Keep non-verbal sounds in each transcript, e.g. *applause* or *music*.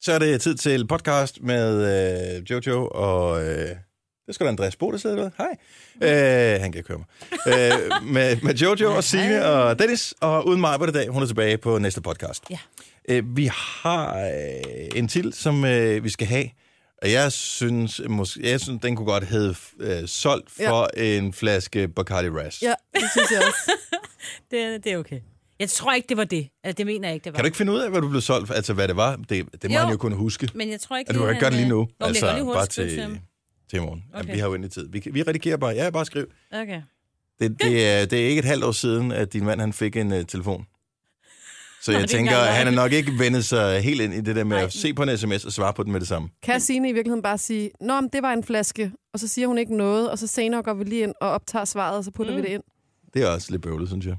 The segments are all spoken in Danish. Så er det tid til podcast med øh, Jojo og... Øh, det skulle da Andreas Bo, der sidder ved. Hej. Øh, han kan køre mig. Øh, med, med Jojo og Signe og Dennis, og uden mig på det dag. Hun er tilbage på næste podcast. Ja. Øh, vi har øh, en til, som øh, vi skal have. Og jeg synes, måske, jeg synes, den kunne godt hedde øh, solgt for ja. en flaske Bacardi Ras. Ja, det synes jeg *laughs* også. Det, er- det er okay. Jeg tror ikke, det var det. Altså, det mener jeg ikke, det var. Kan du ikke finde ud af, hvad du blev solgt for? Altså, hvad det var? Det, det må Jo. han jo kunne huske. Men jeg tror ikke, Ja, du kan ikke gøre det lige nu. Nå, altså, jeg kan lige bare hurtigt skrive til ham. til, til i morgen. Okay. Okay. Vi har jo endelig tid. Vi, kan- vi redigerer bare. Ja, bare skriv. Okay. Det, det, er, det er ikke et halvt år siden, at din mand han fik en uh, telefon. Så jeg det er tænker, engang at han er løgn. nok ikke vendet sig helt ind i det der med at se på en sms og svare på den med det samme. Kan Signe i virkeligheden bare sige, Nå, men det var en flaske, og så siger hun ikke noget, og så senere går vi lige ind og optager svaret, og så putter mm. vi det ind. Det er også lidt bøvlet, synes jeg.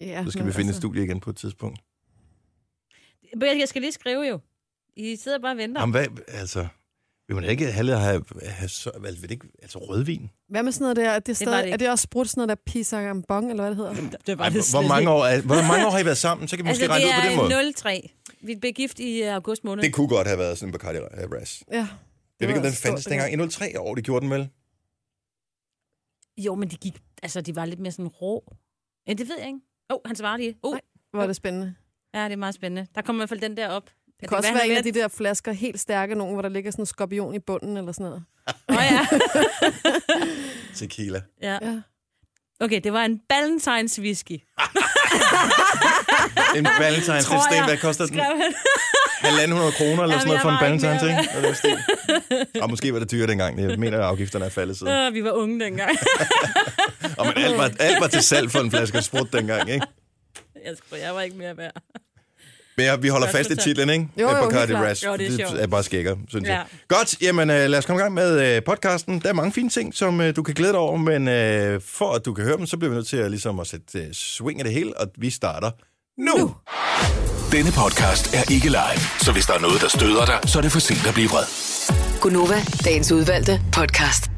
Ja, Så skal men vi finde et altså- studie igen på et tidspunkt. Men jeg skal lige skrive jo. I sidder bare og venter. Jamen, hvad, altså, vil man ikke have, have, have så, hvad, vil det ikke, altså rødvin? Hvad med sådan noget der? Er det, stadig, var det, det det ikke. er det også brudt sådan noget der pisagambong, eller hvad det hedder? det var Ej, hvor, hvor, mange år, er, hvor mange år har I været sammen? Så kan vi måske Altså, altså, regne det ud på den måde. er 03. Vi blev gift i øh, august måned. Det kunne godt have været sådan en Bacardi øh, Ras. Ja. Jeg ved ikke, om var den stort, fandtes det dengang. I 03 år, det gjorde den vel? Jo, men de gik... Altså, de var lidt mere sådan rå. Ja, det ved jeg ikke. Åh, oh, han svarer lige. Oh, Nej. der. Hvor er det spændende. ja, det er meget spændende. Der kommer i hvert fald den der op. Det kan også være en af de der flasker helt stærke, nogen, hvor der ligger sådan en skorpion i bunden, eller sådan noget. Åh, *laughs* ja. Tequila. ja. Ja. Okay, det var en Valentine's whisky. En valentines Tror sten, jeg. hvad koster den? Skrev han. *laughs* 1.500 kroner eller sådan Jamen, noget jeg for en var ikke valentines, med. ikke? Og det var sten. Og måske var det dyre dengang. Jeg mener, at afgifterne er faldet siden. Øh, vi var unge dengang. *laughs* Og men alt var, alt var til salg for en flaske sprut dengang, ikke? jeg, tror, jeg var ikke mere værd. Men jeg- vi holder Godt fast i fortalt. titlen, ikke? Jo, jo, Af Bacardi helt klart. Ras. Jo, det er sjovt. bare skækker, synes Ja. jeg. Godt, jamen øh, lad os komme i gang med øh, podcasten. Der er mange fine ting, som øh, du kan glæde dig over, men øh, for at du kan høre dem, så bliver vi nødt til at, ligesom, at sætte øh, swing af det hele, og vi starter nu. nu. Denne podcast er ikke live, så hvis der er noget, der støder dig, så er det for sent at blive vred. Gunova, dagens udvalgte podcast.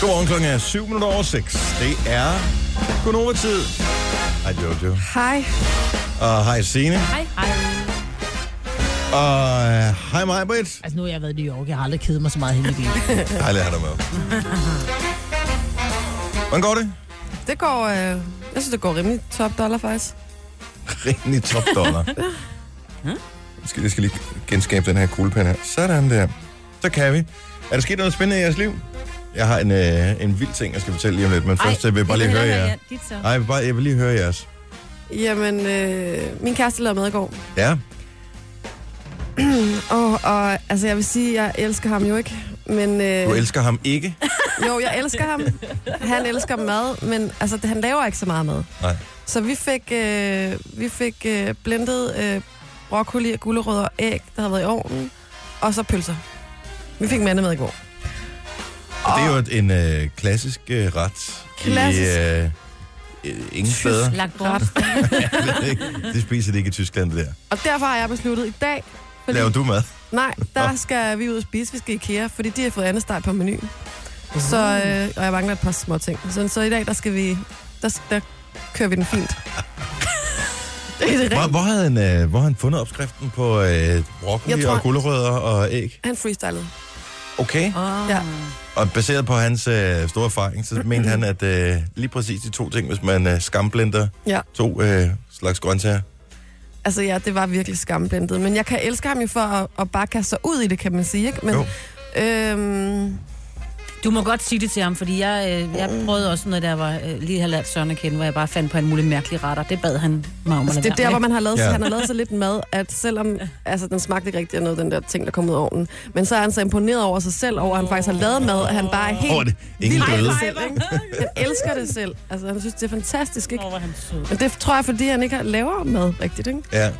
Godmorgen klokken er 7 minutter over 6. Det er Gunova-tid. Hej Jojo. Hej. Og hej Signe. Hej, hej. Og øh, hej mig, Britt. Altså, nu har jeg været i New York. Jeg har aldrig kedet mig så meget hele mit *laughs* liv. Hej, lad dig med. Hvordan går det? Det går, øh, jeg synes, det går rimelig top dollar, faktisk. Rimelig top dollar. Jeg skal, jeg skal lige genskabe den her kuglepen her. Sådan der. Så kan vi. Er der sket noget spændende i jeres liv? Jeg har en, øh, en vild ting, jeg skal fortælle lige om lidt, men først Ej, vil jeg bare lige høre jer. Dit så. Nej, jeg vil, bare, jeg vil lige høre jeres. Jamen, øh, min kæreste lavede mad i går. Ja, Og, og altså, jeg vil sige, jeg elsker ham jo ikke. Men, øh, du elsker ham ikke. Jo, jeg elsker ham. Han elsker mad, men altså, det- han laver ikke så meget mad. Nej. Så vi fik, øh, vi fik øh, blendet øh, broccoli og gulerødder og æg, der havde været i ovnen. Og så pølser. Vi fik mandemad i går. Og det er jo et- en øh, klassisk øh, ret Ah. Klassisk. i øh, øh, ingen steder. *laughs* Lagt bort. det spiser de ikke i Tyskland, det der. Og derfor har jeg besluttet i dag... Fordi, Laver du mad? Nej, der skal vi ud og spise. Vi skal i IKEA, fordi de har fået andet steg på menuen. Så, øh, og jeg mangler et par små ting. Så, så i dag, der skal vi... Der, der kører vi den fint. det er det Hvor, rigtigt. hvor, havde han, øh, hvor havde han fundet opskriften på øh, broccoli Jeg tror- og gulerødder og æg? Han freestylede. Okay. Oh. Ja. Og baseret på hans øh, store erfaring, så mente han, at øh, lige præcis de to ting, hvis man øh, skamblender Ja. to øh, slags grøntsager. Altså ja, det var virkelig skamblendet. Men jeg kan elske ham jo for at, at bare kaste sig ud i det, kan man sige. Ikke? Men, Jo. øhm, Du må godt sige det til ham, fordi jeg, øh, jeg prøvede også noget, der var øh, lige havde lært Søren at kende, hvor jeg bare fandt på en mulig mærkelig ret, og det bad han mig om at altså, det er lade der, være hvor med. man har lavet, Ja. ja. han har lavet så lidt mad, at selvom altså, den smagte ikke rigtig af noget, den der ting, der kom ud af ovnen. Men så er han så imponeret over sig selv, over at han faktisk har lavet mad, at han bare er helt Åh, det- ingen vild med døde. sig selv. Ikke? Han elsker det selv. Altså, han synes, det er fantastisk. Ikke? Åh, hvor er han sød. Men det tror jeg, fordi han ikke har- laver mad rigtigt. Ikke? Ja.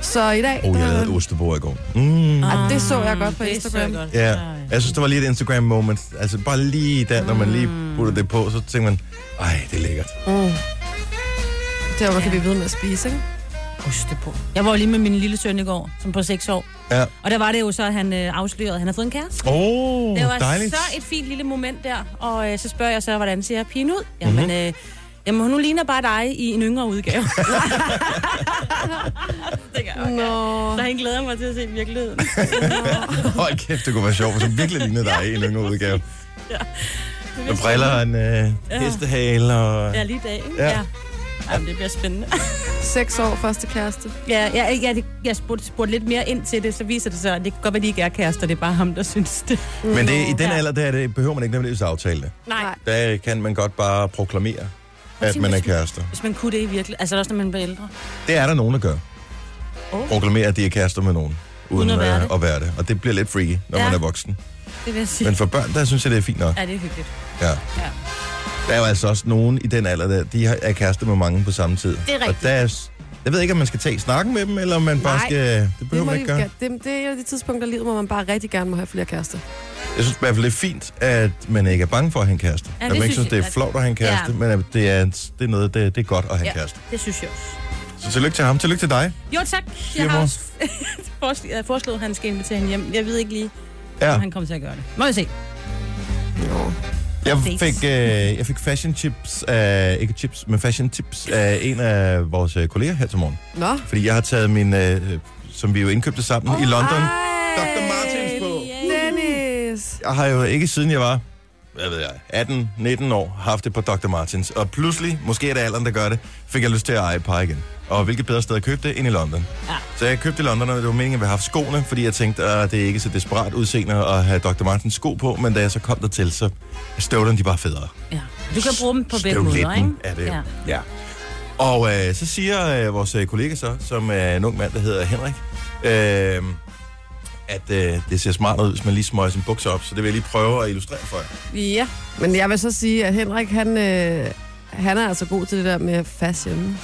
Så i dag, Oh, jeg der, lavede ostebord i går. Mm. ah, det så jeg godt på Det er så Instagram. godt. Ja, Ej. jeg synes, det var lige et Instagram-moment. Altså bare lige der, når man lige putter det på, så tænker man, ej, det er lækkert. Det er, hvor kan vi vide med at spise. Ikke? Ryste på. Jeg var jo lige med min lille søn i går, som på 6 år. Ja. Og der var det jo så, at han øh, afslørede, at han havde fået en kæreste. Åh, oh, Det *laughs* var dejligt. Mhm. så et fint lille moment der. Og øh, så spørger jeg så, hvordan ser pigen ud? Jamen, mm-hmm. øh, Jamen, hun ligner bare dig i en yngre udgave. Tænker jeg, okay. Nå. Så han glæder mig til at se virkeligheden. Hold kæft, det kunne være sjovt, hvis hun virkelig lignede dig i en yngre udgave. Med briller, en øh, hestehale og... Ja, lige i dag. ikke? Ja. ja. Jamen, det bliver spændende. Seks år første kæreste. *laughs* Ja, ja, ja det, jeg spurgte, spurgte lidt mere ind til det, så viser det sig, at det kan godt være, de ikke er kærester, det er bare ham, der synes det. Men det, i den Ja. alder, der, det behøver man ikke nødvendigvis aftale det. Nej. Der kan man godt bare proklamere, at man er kærester. Hvis man kunne det i virkelig. Altså også, når man bliver ældre. Det er der nogen, der gør. Oh. Proklamerer, at de er kærester med nogen. Uden at være, det. at være det. Og det bliver lidt freaky, når ja. Ja. man er voksen. Det vil jeg sige. Men for børn, der synes jeg, det er fint nok. Ja, det er hyggeligt. Ja. Der er jo altså også nogen i den alder, der de har- er kærester med mange på samme tid. Det er Og rigtigt. der er, s- jeg ved ikke, om man skal tage snakken med dem, eller om man bare Nej, skal... Det behøver Det, det må man de, ikke gøre. det, det er et af de tidspunkter i livet, hvor man bare rigtig gerne må have flere kærester. Jeg synes i hvert fald, det er fint, at man ikke er bange for at have en kæreste. Ja, at man det ikke synes, synes det jeg- er flot at have en kæreste, ja. Ja. men at det er, det er noget, det, det er godt at have ja. en kæreste. Det synes jeg også. Så tillykke til ham. Tillykke til dig. Jo, tak. Jeg har også *laughs* foreslået, jeg foreslået, at han skal invitere hende hjem. Jeg ved ikke lige, Ja. om han kommer til at gøre det. Må jeg se. Jeg Præcis. fik, øh, jeg fik fashion chips, øh, ikke chips, men fashion tips af en af vores øh, kolleger her til morgen. Nå. Fordi jeg har taget min, øh, som vi jo indkøbte sammen oh, i London, Dr. Martens på. Dennis. Jeg har jo ikke siden jeg var, hvad ved jeg, 18-19 år, haft det på Dr. Martens. Og pludselig, måske er det alderen, der gør det, fik jeg lyst til at eje et par igen. Og hvilket bedre sted at købe det end i London. Ja. Så jeg købte i London, og det var meningen, at vi haft skoene, fordi jeg tænkte, at det er ikke så desperat udseende at have Dr. Martens sko på, men da jeg så kom dertil, så er støvlerne de bare federe. Ja. Du kan bruge dem på begge måder, Støvletten ikke? Er det. Ja. Ja. ja. Og øh, så siger øh, vores øh, kollega så, som er en ung mand, der hedder Henrik, øh, at øh, det ser smart ud, hvis man lige smøger sin bukser op. Så det vil jeg lige prøve at illustrere for jer. Ja. Men jeg vil så sige, at Henrik, han, øh, han er altså god til det der med fashion.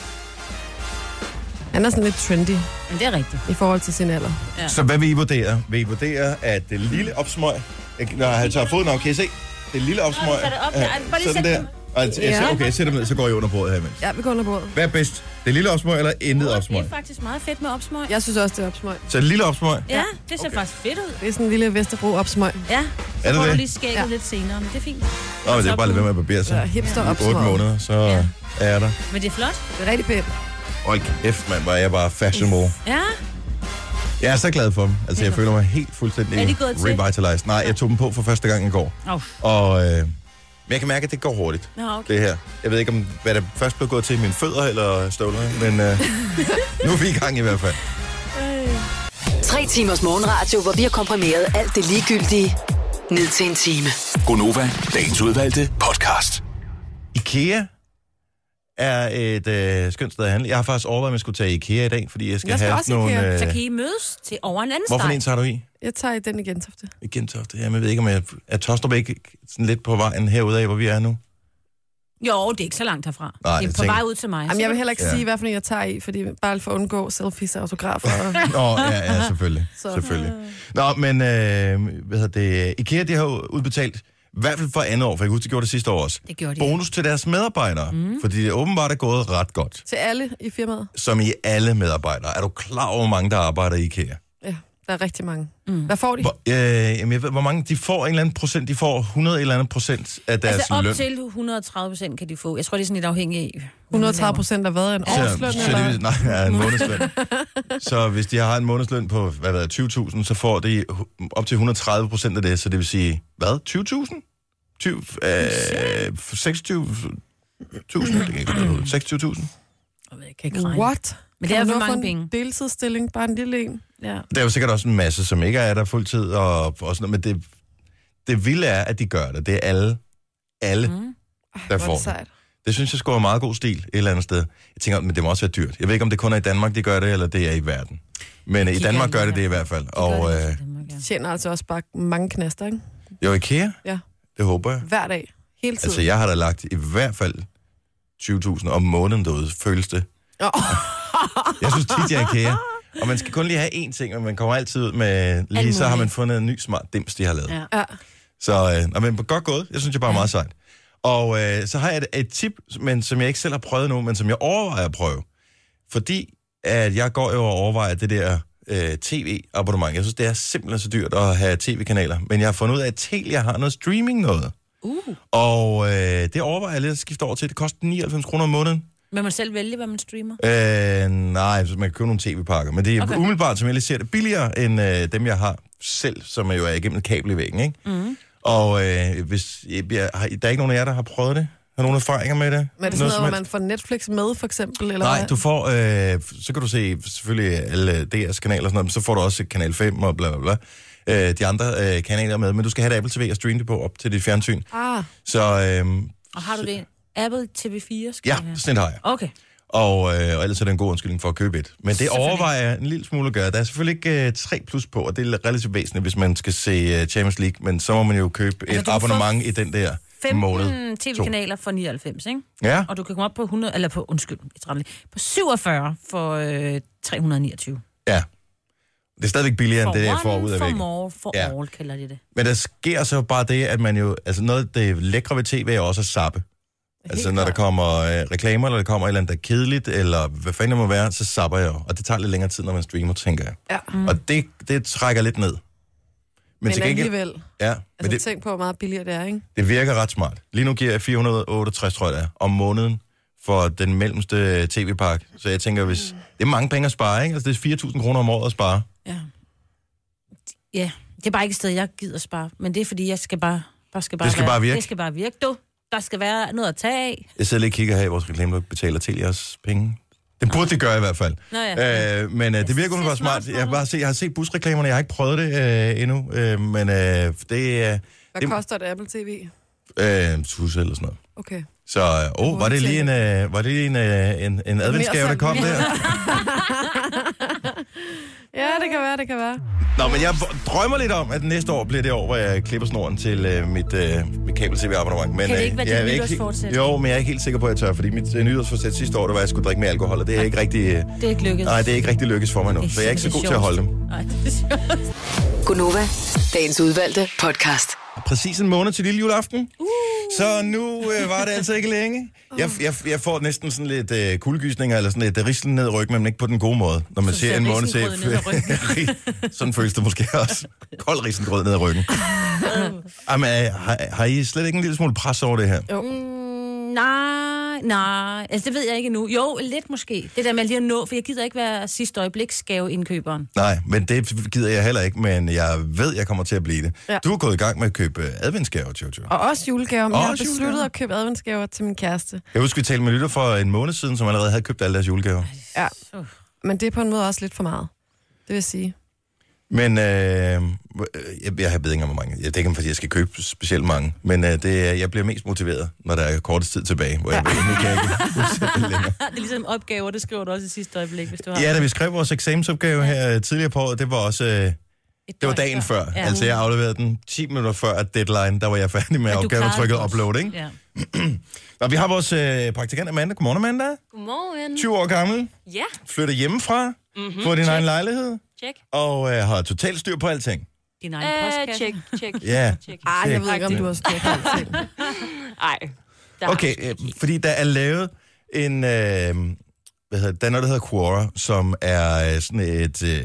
Han er sådan lidt trendy Men det er rigtigt. i forhold til sin alder. Ja. Så hvad vil I vurdere? Vil I vurdere, at det lille opsmøg, ikke, når han tager foden op, kan I se? Det lille opsmøg, Så er det op, øh, ja. Bare lige sådan sæt der. dem. Og jeg, jeg, Ja. okay, jeg sætter dem ned, så går I under bordet her imens. Ja, vi går under bordet. Hvad er bedst? Det lille opsmøg eller intet Det opsmøg? er faktisk meget fedt med opsmøg. Ja, Jeg synes også, det er opsmøg. Så et lille opsmøg. ja det ser okay. faktisk fedt ud. Det er sådan en lille Vesterbro opsmøg. Ja, Er det får du det? lige skægget Ja. lidt senere, men det er fint. Nå, men det er bare lidt ved med at barbere Så sig. hipster I opsmøg. 8 måneder, så ja. er der. Men det er flot. Det er rigtig pænt. Hold kæft, mand, var jeg bare fashion mode. Ja, Jeg er så glad for dem. Altså, jeg føler mig helt fuldstændig Er de gået til? revitalized. Nej, jeg tog dem på for første gang i går. Åh. Og øh, men jeg kan mærke, at det går hurtigt, nå, okay. det her. Jeg ved ikke, om hvad der først blev gået til, mine fødder eller støvlerne, men øh, nu er vi i gang i hvert fald. Tre timers morgenradio, hvor vi har komprimeret alt det ligegyldige ned til en time. Gonova, dagens udvalgte podcast. IKEA er et øh, skønt sted at handle. Jeg har faktisk overvejet, om jeg skulle tage i IKEA i dag, fordi jeg skal, Jeg skal have også i nogle... øh, IKEA. Så kan I mødes til over en anden hvorfor steg. en tager du i? Jeg tager den igen, Tofte. I Gentofte. Jamen, jeg ved ikke, om jeg... Er Tostrup ikke sådan lidt på vejen herude af, hvor vi er nu? Jo, det er ikke så langt herfra. Nej, det jeg er på tænker- vej ud til mig. Jamen, jeg vil heller ikke Ja. ja. sige, hvad for en jeg tager i, fordi bare for at undgå selfies og autografer. Og... Nå, ja, ja, selvfølgelig. Så- selvfølgelig. Nå, men øh, hvad hedder det? IKEA de har jo udbetalt, i hvert fald for andet år, for jeg kan huske, de gjorde det sidste år også, Det gjorde de. bonus til deres medarbejdere, mm. fordi det åbenbart er gået ret godt, til alle i firmaet. som i alle medarbejdere. Er du klar over, hvor mange der arbejder i IKEA? Ja, der er rigtig mange. Mm. Hvad får *laughs* de? Hvor, øh, jamen, jeg ved, hvor mange, de får en eller anden procent, de får 100 eller anden procent af deres Altså op løn. til 130 procent kan de få. Jeg tror, det er sådan lidt afhængigt af... hvad man 130 laver. procent af hvad? En årsløn? så, så det, eller? nej, ja, en *laughs* månedsløn. så hvis de har en månedsløn på hvad ved, jeg, 20.000, så får de hu- op til 130 procent af det, så det vil sige, hvad, 20.000? 20, øh, 26.000, det kan jeg ikke holde ud. 26.000. Jeg ved, jeg kan ikke regne. What? Men det er Kan for man nå mange en penge. deltidsstilling, bare en lille en. Ja. Der er jo sikkert også en masse, som ikke er der fuldtid, og, og sådan noget, men det, det vilde er, at de gør det. Det er alle, alle, mm. der Hvor er får det det. sejt. Det synes jeg skulle være meget god stil et eller andet sted. Jeg tænker, men det må også være dyrt. Jeg ved ikke, om det kun er i Danmark, de gør det, eller det er i verden. Men øh, i Kigger Danmark gør lige det det i her. hvert fald. Det gør Og det også øh, i Danmark, ja. De tjener altså også bare mange knaster, ikke? jo, IKEA, Ja, det håber jeg. hver dag. Hele tiden. Altså, jeg har da lagt i hvert fald 20.000 om måneden derude, føles det. Åh. Jeg synes tit, jeg er IKEA. Og man skal kun lige have én ting, og man kommer altid ud med... Lige så har man fundet en ny smart dims, de har lavet. Ja. Ja. Så øh, nå, men godt gået. Jeg synes, det er bare meget sejt. Og øh, så har jeg et, et tip, men, som jeg ikke selv har prøvet nu, men som jeg overvejer at prøve. Fordi at jeg går jo og overvejer det der øh, tv-abonnement. Jeg synes, det er simpelthen så dyrt at have tv-kanaler. Men jeg har fundet ud af, at Telia har noget streaming noget. Uh. Og øh, det overvejer jeg lidt at skifte over til. Det koster 99 kroner om måneden. Men man selv vælge, hvad man streamer. Øh, nej, så man kan købe nogle tv-pakker, men det er okay. Okay. umiddelbart, som jeg lige ser det, billigere end øh, dem, jeg har selv, som jo er igennem et kabel i væggen, ikke? Mhm. Mm. Og øh, hvis, jeg, jeg, har, der er ikke nogen af jer, der har prøvet det? Har nogen erfaringer med det? Men er det sådan noget, hvor man får Netflix med, for eksempel? Eller Nej, hvad? du får, øh, så kan du se selvfølgelig alle DR's kanaler og sådan noget, men så får du også Kanal 5 og bla bla bla. Øh, de andre øh, kanaler med, men du skal have et Apple TV og streame det på op til dit fjernsyn. Ah, Så øh, Og har du det? Apple TV4 skal ja, du have. sådan et har jeg. Okay. Og, øh, og ellers er det en god undskyldning for at købe et. Men det overvejer jeg en lille smule at gøre. Der er selvfølgelig ikke øh, 3 plus på, og det er relativt væsentligt, hvis man skal se øh, Champions League. Men så må man jo købe Altså, et du får abonnement i den der 15 måned. tv-kanaler for 99, ikke? Ja, Og du kan komme op på 100, eller på, undskyld, jeg træder lige, på 47 for øh, 329. ja. Det er stadigvæk billigere, For end det, jeg får one, ud af for væggen. more, for Ja. all, kalder de det. Men der sker så bare det, at man jo... Altså noget af det lækre ved tv er også at zappe. Altså når der kommer øh, reklamer, eller der kommer et eller andet, der er kedeligt, eller hvad fanden det må være, så zapper jeg jo. Og det tager lidt længere tid, når man streamer, tænker jeg. ja. Men, Mm. Og det, det trækker lidt ned. Men, men til gengæld... alligevel. Ja, men Altså, det, tænk på, hvor meget billigere det er, ikke? det virker ret smart. Lige nu giver jeg 468, tror jeg det er, om måneden for den mellemste øh, tv-pakke. Så jeg tænker, hvis... Det er mange penge at spare, ikke? Altså, det er 4.000 kroner om året at spare. Ja. Ja, det er bare ikke et sted, jeg gider spare. Men det er, fordi jeg skal bare... bare skal bare Det skal være, bare virke. Det skal bare virke, du. Der skal være noget at tage af. Jeg sidder lige og kigger her i vores reklame, der betaler til jeres penge. Den burde det gøre i hvert fald. Nå ja. Øh, men øh, det virker umiddelbart smart. Jeg har, bare set, jeg har set busreklamerne, jeg har ikke prøvet det øh, endnu. Øh, men øh, det er... Hvad Det- koster et Apple TV? Øh, tusse eller sådan noget. Okay. Så øh, åh, var det lige en, øh, var det lige en, øh, en, en adventsgave, der kom der? Ja, det kan være, det kan være. Nå, men jeg drømmer lidt om, at næste år bliver det år, hvor jeg klipper snoren til øh, mit, øh, mit kabel-tv-abonnement. Men, Kan det ikke øh, være jeg dit er ikke- nytårsforsæt? Jo, men jeg er ikke helt sikker på, at jeg tør, fordi mit øh, nytårsforsæt sidste år, det var, at jeg skulle drikke mere alkohol, og det er ikke rigtig, øh, Det er ikke lykkedes. nej, det er ikke rigtig lykkes for mig nu, Det så jeg er ikke så god simpelthen til at holde dem. sjovt. Nej, det er sjovt. Gunova, dagens udvalgte podcast. Præcis en måned til lille juleaften. Uh. Så nu øh, var det altså ikke længe. Jeg, jeg, jeg får næsten sådan lidt øh, kuldegysninger, eller sådan lidt øh, rislen ned i ryggen, men ikke på den gode måde, når man Så ser ser en måned til. risengrød ned ad *laughs* sådan føles det måske også. Kold risengrød ned i ryggen. Jamen, øh, har, har I slet ikke en lille smule pres over det her? Mm, nej, nej. Altså, det ved jeg ikke nu. Jo, lidt måske. Det der med lige at nå, for jeg gider ikke være sidste øjebliksgave indkøberen. Nej, men det gider jeg heller ikke, men jeg ved, jeg kommer til at blive det. Ja. Ja. Du er gået i gang med at købe øh, adventsgaver, Jojo. Og også julegaver, men Og jeg har også besluttet julegaver. at købe adventsgaver til min kæreste. Jeg husker, vi talte med lytter for en måned siden, som allerede havde købt alle deres julegaver. Ja. Men det er på en måde også lidt for meget. Det vil jeg sige. Men øh, jeg, jeg ved ikke om, hvor mange. Jeg, det er ikke, fordi jeg skal købe specielt mange. Men øh, det, er- jeg bliver mest motiveret, når der er kortest tid tilbage, hvor jeg ved, nu kan jeg *laughs* ikke udsætte det længere. Det er ligesom opgaver, det skriver du også i sidste øjeblik, hvis du har... Ja, da vi skrev vores eksamensopgave her øh, tidligere på året, det var også... Øh, et det var døgn dagen før. Ja. Altså, jeg afleverede den 10 minutter før at deadline. Der var jeg færdig med Men du opgaven og klarede trykkede det også. upload, ikke? Ja. Nå, vi har vores øh, praktikant Amanda. Godmorgen, Amanda. Mm. Godmorgen. 20 år gammel. Ja, Flytter hjemmefra. Mhm. Mm-hmm. Får din egen lejlighed. tjek. Og øh, har totalt styr på alting. Din egen Øh, postkasse. tjek, tjek. Ja. tjek. Ej, jeg ved ikke, om Agtigt. du har styr på alting. *laughs* Ej. Der Okay, øh, fordi der er lavet en, øh, hvad hedder det, der er noget, der hedder Quora, som er øh, sådan et, øh,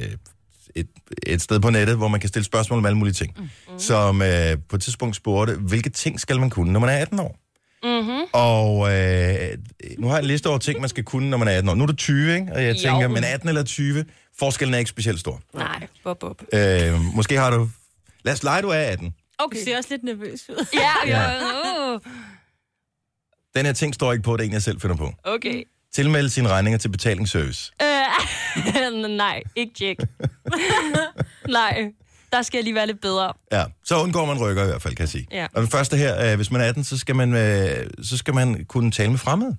et, et sted på nettet, hvor man kan stille spørgsmål om alle mulige ting. Mhm. Mm. Som øh, på et tidspunkt spurgte, hvilke ting skal man kunne, når man er 18 år? Mhm. Mm-hmm. Og øh, nu har jeg en liste over ting, man skal kunne, når man er 18 år. Nu er du 20, ikke? Og jeg Jo. tænker, men 18 eller 20, forskellen er ikke specielt stor. Nej, bob, bob. Øh, måske har du... Lad os lege, du er 18. Du Okay. ser også lidt nervøs ud. Ja, *laughs* Uh, ja. Den her ting står ikke på, det er en, jeg selv finder på. Okay. Tilmelde sine regninger til betalingsservice. Øh, *laughs* nej, ikke tjek. nej, der skal jeg lige være lidt bedre. Ja, så undgår man rykker i hvert fald, kan jeg sige. Ja. Og den første her, øh, hvis man er 18, så skal man, øh, så skal man kunne tale med fremmede.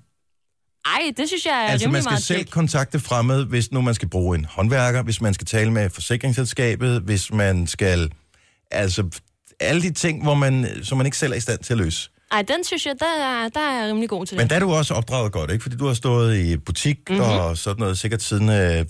Ej, det synes jeg er altså, man rimelig skal meget selv tjek. kontakte fremmede, hvis nu man skal bruge en håndværker, hvis man skal tale med forsikringsselskabet, hvis man skal... Altså, alle de ting, hvor man, som man ikke selv er i stand til at løse. Ej, den synes jeg, der, er- der er jeg rimelig god til det. Men der er du også opdraget godt, ikke? Fordi du har stået i butik Mhm. mm-hmm. og sådan noget, sikkert siden øh,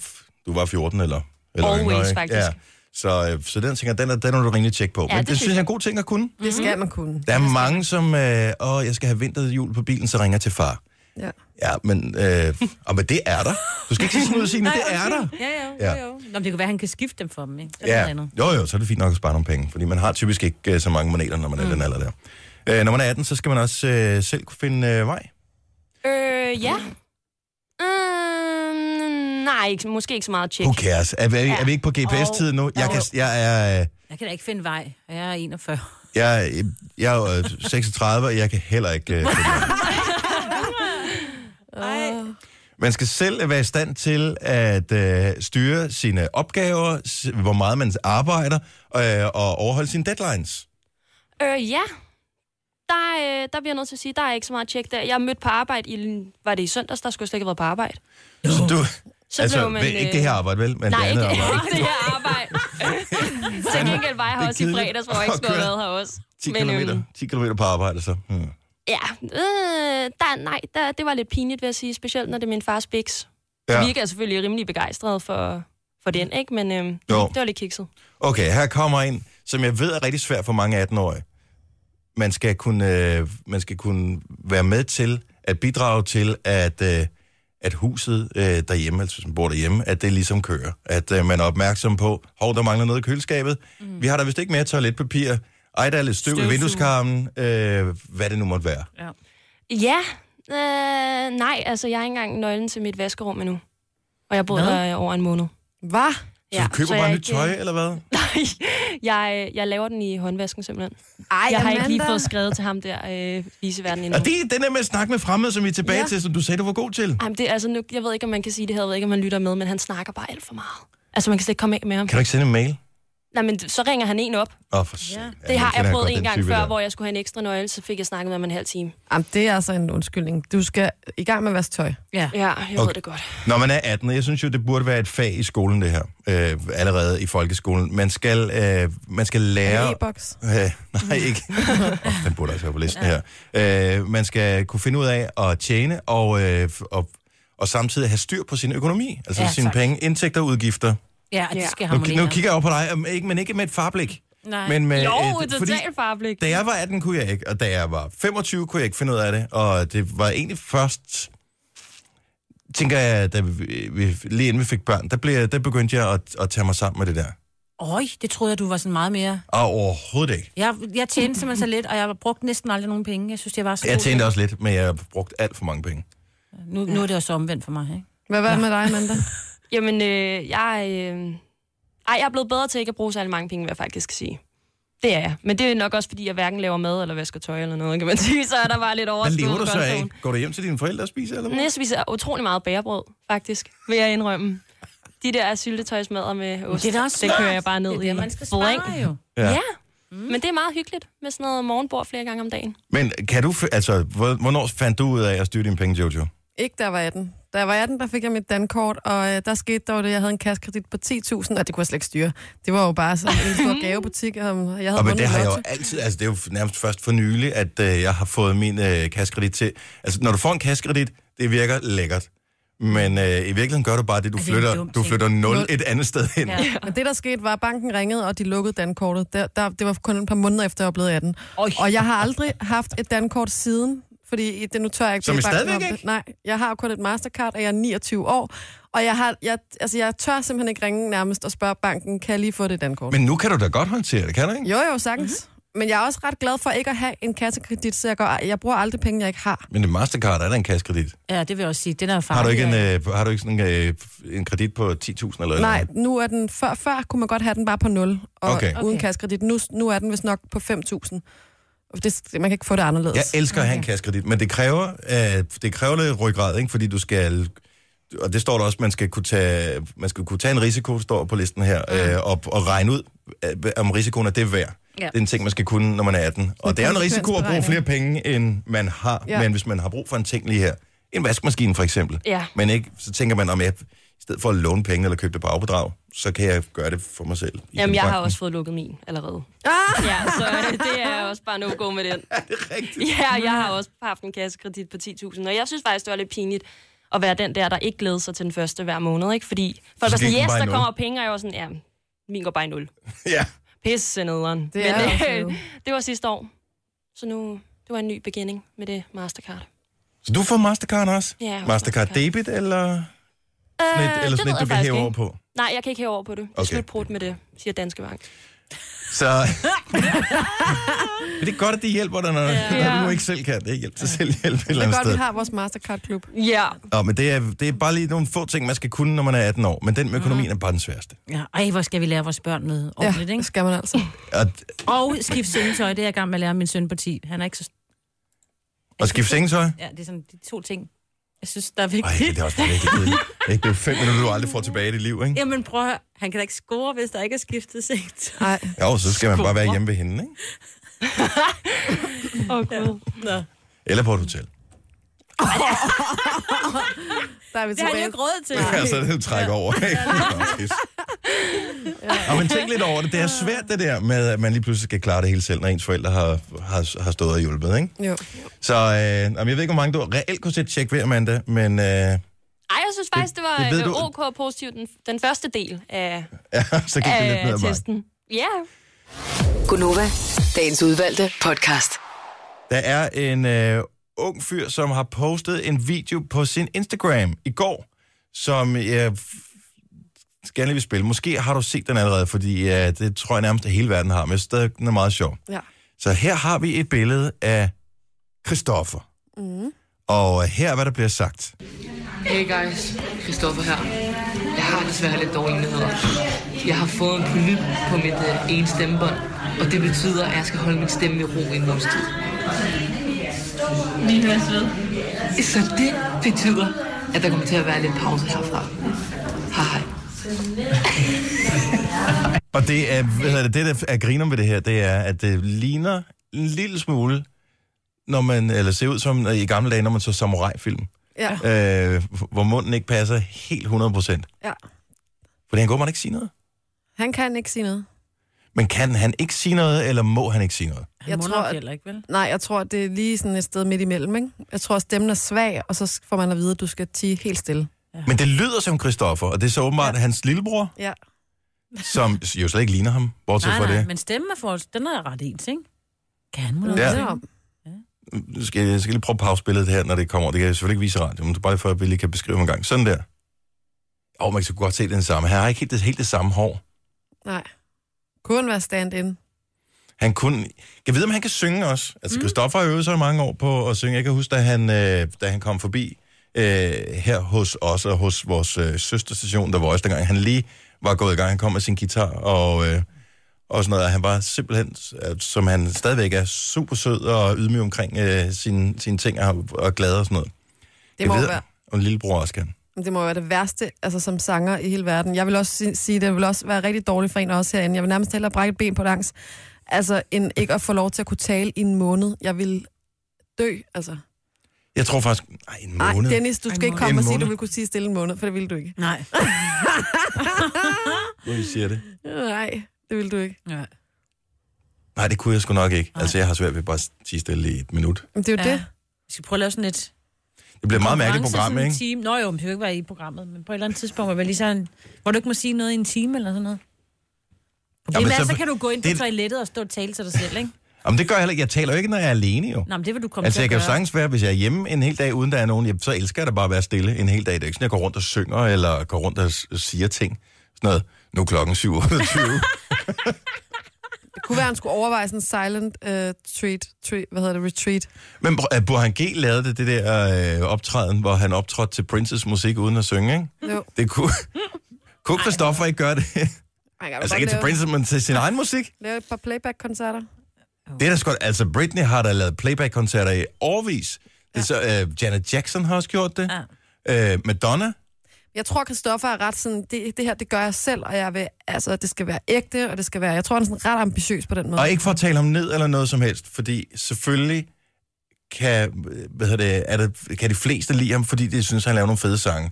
du var 14 eller... eller Always, yngre, ikke? faktisk. Ja. Så, øh, så den, tænker, jeg, den, er, den er du rimelig tjek på. Ja, Men det, det synes jeg er en god ting at kunne. Det skal man kunne. Der er mange, som, øh, åh, jeg skal have vinteret jul på bilen, så ringer jeg til far. Ja. Ja, men, øh, og, men det er der. Du skal ikke sige sådan noget, Signe, det er der. Ja, ja, Ja. ja. Jo. Nå, men det kan være, at han kan skifte dem for dem, ikke? Det er noget Ja. andet. Jo, jo, så er det fint nok at spare nogle penge, fordi man har typisk ikke øh, så mange moneter, når man er mm. den alder der. Øh, når man er 18, så skal man også øh, selv kunne finde øh, vej. Øh, ja. Mm, nej, ikke- måske ikke så meget tjek. Who cares? Er vi, er vi, er vi ikke på GPS-tiden nu? Jeg, kan, jeg er... Øh, Jeg kan da ikke finde vej. Jeg er 41. Jeg, er- jeg er jo øh, 36, og jeg kan heller ikke... Øh, finde ud af det. man skal selv være i stand til at øh, styre sine opgaver, s- hvor meget man arbejder, øh, og overholde sine deadlines. Øh, ja. Der, øh, der bliver jeg nødt til at sige, der er ikke så meget tjek der. Jeg mødte på arbejde i... Var det i søndags? Der skulle jeg slet ikke have været på arbejde. Så du, Så altså, blev man, øh, ved- ikke det her arbejde, vel? Men Nej, det ikke, andet arbejde. ikke *laughs* det her arbejde. *laughs* Til gengæld var jeg her Det er også i kedeligt fredags, hvor jeg ikke at skulle have køre været her også. 10 øhm, km, 10 km på arbejde, så. Hmm. ja, øh, der, nej, der, det var lidt pinligt, vil jeg sige. Specielt, når det er min fars biks. Ja. Vi ikke er selvfølgelig rimelig begejstrede for, for den, ikke? Men øhm, Jo. det var lidt kikset. Okay, her kommer en, som jeg ved er rigtig svær for mange 18-årige. Man skal kunne, øh, man skal kunne være med til at bidrage til, at, øh, at huset øh, derhjemme, altså hvis man bor derhjemme, at det ligesom kører. At øh, man er opmærksom på, hov, der mangler noget i køleskabet. Mm. Vi har der vist ikke mere toiletpapir. Ej, der er lidt støv i Støvsuger. vindueskarmen. Øh, hvad det nu måtte være. Ja, øh, nej, altså jeg har ikke engang nøglen til mit vaskerum endnu. Og jeg boede Hvad? her øh, over en måned. Hvad? Ja, så du køber jeg bare er nyt ikke, øh, tøj, *laughs* eller hvad? Jeg, øh, jeg laver den i håndvasken simpelthen. Ej, Jeg har ikke lige fået skrevet til ham der, øh, viseverden endnu. Og det er den der med at snakke med fremmede, som vi er tilbage ja. Ja. til, som du sagde, du var god til. Ej, men det, er altså, nu, jeg ved ikke, om man kan sige det her, jeg ved ikke, om man lytter med, men han snakker bare alt for meget. Altså, man kan slet ikke komme af med ham. Kan du ikke sende en mail? Nej, men så ringer han en op. Åh, oh, for ja. Ja, det nu kender har jeg prøvet godt en den gang type før, der. hvor jeg skulle have en ekstra nøgle, så fik jeg snakket med ham en halv time. Jamen, det er altså en undskyldning. Du skal i gang med at vaske tøj. Ja. Ja, jeg okay. Okay. ved det godt. Når man er 18, jeg synes jo, det burde være et fag i skolen, det her. Øh, allerede i folkeskolen. Man skal, øh, man skal Ja. lære... E-boks. Øh, nej, ikke. Oh, den burde også være på listen her. Øh, man skal kunne finde ud af at tjene og, øh, og, og samtidig have styr på sin økonomi. Altså ja, Ja, sine tak. penge, indtægter og udgifter. Ja, og det skal Nu, harmonere. nu kigger jeg over på dig, om ikke- men ikke med et farblik. Nej. Men med Jo, et, et fordi totalt farblik. da jeg var 18, kunne jeg ikke, og da jeg var 25, kunne jeg ikke finde ud af det. Og det var egentlig først, tænker jeg, da vi, vi, lige inden vi fik børn, der, blev, jeg- der begyndte jeg at, at tage mig sammen med det der. Øj, det troede jeg, du var sådan meget mere... Og overhovedet ikke. Jeg, jeg tjente simpelthen så lidt, og jeg har brugt næsten aldrig nogen penge. Jeg synes, jeg var så Jeg god til tjente også lidt, men jeg brugte alt for mange penge. det. Nu, nu er det også omvendt for mig, ikke? Hvad var det med dig, Amanda? Jamen, øh, jeg... Øh... Ej, jeg er blevet bedre til ikke at bruge særlig mange penge, vil jeg faktisk sige. Det er jeg. Men det er nok også, fordi jeg hverken laver mad eller vasker tøj eller noget, kan man sige. Så er der bare lidt Hvad overskud lever på du så af? kontoen. Går du hjem til dine forældre og spiser, eller hvad? Jeg spiser utrolig meget bærebrød, faktisk, vil jeg indrømme. De der syltetøjsmadder med ost, det er da også det smart. kører jeg bare ned Det er i. det, man skal spare jo. Ja. ja. Men det er meget hyggeligt med sådan noget morgenbord flere gange om dagen. Men kan du, f- altså, hvor- hvornår fandt du ud af at styre dine penge, Jojo? Ikke, da jeg var 18. Da jeg var 18, der fik jeg mit dankort, og øh, der skete dog det, jeg havde en kassekredit på 10.000, og det kunne jeg slet ikke styre. Det var jo bare sådan en *laughs* stor gavebutik, og øhm, jeg havde Og men vundet det har jeg jo lotto. altid, altså det er jo f- nærmest først for nylig, at øh, jeg har fået min øh, kassekredit til. Altså når du får en kassekredit, det virker lækkert. Men øh, i virkeligheden gør du bare det, du Ej, det er en flytter, dum du ting. flytter 0 Nul. et andet sted hen. Ja. Ja. Men det, der skete, var, at banken ringede, og de lukkede dankortet. Der, der, det var kun et par måneder efter, jeg var blevet 18. Øj. Og jeg har aldrig haft et dankort siden, fordi i- det nu tør jeg ikke Som bede I banken stadigvæk om det. ikke? Nej, jeg har kun et Mastercard, og jeg er 29 år. Og jeg, har, jeg, altså, jeg tør simpelthen ikke ringe nærmest og spørge banken, kan jeg lige få det dankort? Men Mhm. nu kan du da godt håndtere det, kan du ikke? Jo, jo, sagtens. Mm-hmm. Men jeg er også ret glad for ikke at have en kassekredit, så jeg, går, jeg bruger aldrig penge, jeg ikke har. Men en Mastercard er da en kassekredit. Ja, det vil jeg også sige. Det der er farligt. Har du ikke, en, øh, har du ikke sådan en, øh, en kredit på 10.000 eller Nej, noget? nu er den... Før, før kunne man godt have den bare på 0, og Okay. okay. uden Okay. kassekredit. Nu, nu er den vist nok på 5.000. Og Det, man kan ikke få det anderledes. Jeg elsker at have en kassekredit, men det kræver, øh, det kræver lidt ryggrad, ikke? fordi du skal... Og det står der også, man skal kunne tage, man skal kunne tage en risiko, står på listen her, øh, og, og regne ud, øh, om risikoen er det værd. Ja. Ja. Det er en ting, man skal kunne, når man er 18. Og det er jo en risiko at bruge flere penge, end man har, ja. Ja. men hvis man har brug for en ting lige her, en vaskemaskine for eksempel, Ja. men ikke, så tænker man, om jeg i stedet for at låne penge eller købe det på afbedrag, så kan jeg gøre det for mig selv. i Jamen, jeg har banken. også fået lukket min allerede. Ah! Ja, så øh, det er også bare no go med *laughs* den. Rigtigt. Ja, jeg har også haft en kassekredit på 10.000, og jeg synes faktisk, det var lidt pinligt at være den der, der ikke glæder sig til den første hver måned, ikke? Fordi folk Så var gik sådan, den yes, bare i der nul." kommer penge, og jeg var sådan, ja, min går bare i nul. *laughs* Ja. Pisse nederen. Det er også øh, jo. *laughs* det var sidste år, så nu, det var en ny beginning med det Mastercard. Så du får Mastercard også? Ja, jeg har Mastercard debit eller sådan et, Øh, eller det sådan et ved du jeg vil faktisk hæve over ikke. på? Nej, jeg kan ikke hæve over på det. Det Okay. er okay. med det, siger Danske Bank. Så... Men det er godt, at de hjælper dig, når, ja. når du nu ikke selv kan. Det er hjælp til selv hjælp et eller Det er andet godt, sted. vi har vores Mastercard-klub. Ja, Nå, men det er, det er bare lige nogle få ting, man skal kunne, når man er 18 år. Men den med økonomien er bare den sværeste. Ja, ej, hvor skal vi lære vores børn noget Ja, ordentligt, ja. det ikke? skal man altså. Og, Og skifte sengetøj, det er jeg i gang med at lære min søn på 10. Han er ikke så... og skifte sengetøj? Ja, det er sådan de to ting, jeg synes, der er Ej, det vigtigt. er også bare rigtig kedeligt. Det er ikke blevet fem minutter, du aldrig får tilbage i dit liv, ikke? Jamen prøv at høre. han kan da ikke score, hvis der ikke er skiftet sengetøj. Nej, Jo, så skal man bare være hjemme ved hende, ikke? åh oh, gud. Nå. Eller på et hotel. der er vi Det har han jo tilbage. ikke råd til. Ja, *laughs* så er det jo træk over, ikke? Nå, pis. Og men tænk lidt over det. Det er svært, det der med, at man lige pludselig skal klare det hele selv, når ens forældre har, har, har stået og hjulpet, ikke? Jo. Så øh, jamen, jeg ved ikke, hvor mange du reelt kunne sætte tjek ved, Amanda, men øh, *laughs* Ej, jeg synes faktisk, det var Det- det ved øh, du- OK og positivt, den, den første del af, ja, så gik det lidt ned af ad bakke. testen. Ja, Gunova, dagens udvalgte podcast. Der er en øh, ung fyr, som har postet en video på sin Instagram i går, som jeg f- gerne vil spille. Måske har du set den allerede, fordi øh, det tror jeg nærmest, at hele verden har, men jeg synes stadig, den er meget sjov. Ja. Så her har vi et billede af Christoffer. Mm. Og her er, hvad der bliver sagt. Hey guys, Christoffer her. Jeg har desværre lidt dårlige nyheder. Jeg har fået en polyp på mit øh, ene stemmebånd, og det betyder, at jeg skal holde min stemme i ro i en måneds tid. Så det betyder, at der kommer til at være lidt pause herfra. Hej hej. Og det, er, hvad hedder det, det, der er griner ved det her, det er, at det ligner en lille smule, når man, eller ser ud som øh, i gamle dage, når man så samurai-film. Ja, øh, hvor munden ikke passer helt 100%. ja. Fordi han går man ikke sige noget. Han kan ikke sige noget. Men kan han ikke sige noget, eller må han ikke sige noget? Han Jeg må tror, nok at- heller ikke, vel? Nej, jeg tror, det er lige sådan et sted midt imellem, ikke? Jeg tror, at stemmen er svag, og så får man at vide, at du skal tige helt stille. Men det lyder som Christoffer, og det er så åbenbart ja. hans lillebror, Ja. som jo slet ikke ligner ham, bortset Nej, fra nej, det. men stemmen er forholds, den er ret ens, ikke? Kan han må Nå, nok. Ja. det er om. Nu skal, jeg jeg skal lige prøve pausbilledet her, når det kommer. Det kan jeg selvfølgelig ikke vise i radio, men det er bare for, at vi lige kan beskrive ham en gang. Sådan der. Åh, oh, man kan godt se den samme. Han har ikke helt det, helt det samme hår. Nej. Kunne være stand-in. Han kunne... Jeg ved, om han kan synge også. Altså, mm. Christoffer har øvet sig i mange år på at synge. Jeg kan huske, da han, øh, da han kom forbi øh, her hos os og hos vores øh, søsterstation, der var også dengang, han lige var gået i gang. Han kom med sin guitar og, øh, og sådan noget. Og Han var simpelthen, øh, som han stadigvæk er, super sød og ydmyg omkring øh, sine, sine ting og, og glad og sådan noget. Det jeg må jo ved, være. Og en lillebror også kan. Men Det må jo være det værste, altså som sanger i hele verden. Jeg vil også si- sige, det vil også være rigtig dårligt for en også herinde. Jeg vil nærmest hellere brække et ben på langs, altså end ikke at få lov til at kunne tale i en måned. Jeg vil dø, altså. Jeg tror faktisk... Nej, en Nej, måned. Dennis, du skal En ikke En komme og sige, at måned. du vil kunne sige stille en måned, for det ville du ikke. Nej. Nu I siger det. Nej, det ville du ikke. Ja. Nej, det kunne jeg sgu nok ikke. Altså, jeg har svært ved bare at sige stille i et minut. Men det er jo Ja. ja. det. Vi skal prøve at lave sådan et Det bliver et meget mærkeligt konkurrence, program, sådan en ikke? Time. Nå jo, men det skal jo ikke være i programmet, men på et eller andet tidspunkt, hvor, vi lige sådan, hvor du ikke må sige noget i en time eller sådan noget. men Jamen, det er, så- så, så kan du gå ind på det- det... toilettet og stå og tale til dig selv, ikke? Jamen, det gør jeg heller ikke. Jeg taler jo ikke, når jeg er alene, jo. Nå, men det vil du komme altså, til jeg at kan jo gøre. sagtens være, hvis jeg er hjemme en hel dag, uden der er nogen, jamen, så elsker jeg da bare at være stille en hel dag. Det er ikke sådan, jeg går rundt og synger, eller går rundt og s- siger ting. Sådan noget, nu er klokken 7.28. Det kunne være, at han skulle overveje sådan en silent uh, treat, treat, hvad hedder det, retreat. Men br- øh, Burhan G. lavede det, det der øh, optræden, hvor han optrådte til Princess musik uden at synge, ikke? Jo. Det kunne... kunne Christoffer ikke gøre det? Man kan altså altså ikke til lave, Princess, men til sin egen musik. lave et par playback-koncerter. Det er da sgu... Altså, Britney har da lavet playback-koncerter i årvis. Det er så, øh, Janet Jackson har også gjort det. Ja. Øh, Madonna. Jeg tror, Christoffer er ret sådan, det, det her, det gør jeg selv, og jeg vil, altså, det skal være ægte, og det skal være, jeg tror, han er sådan ret ambitiøs på den måde. Og ikke for at tale ham ned eller noget som helst, fordi selvfølgelig kan, øh, hvad hedder det, er det, kan de fleste lide ham, fordi de synes, han laver nogle fede sange.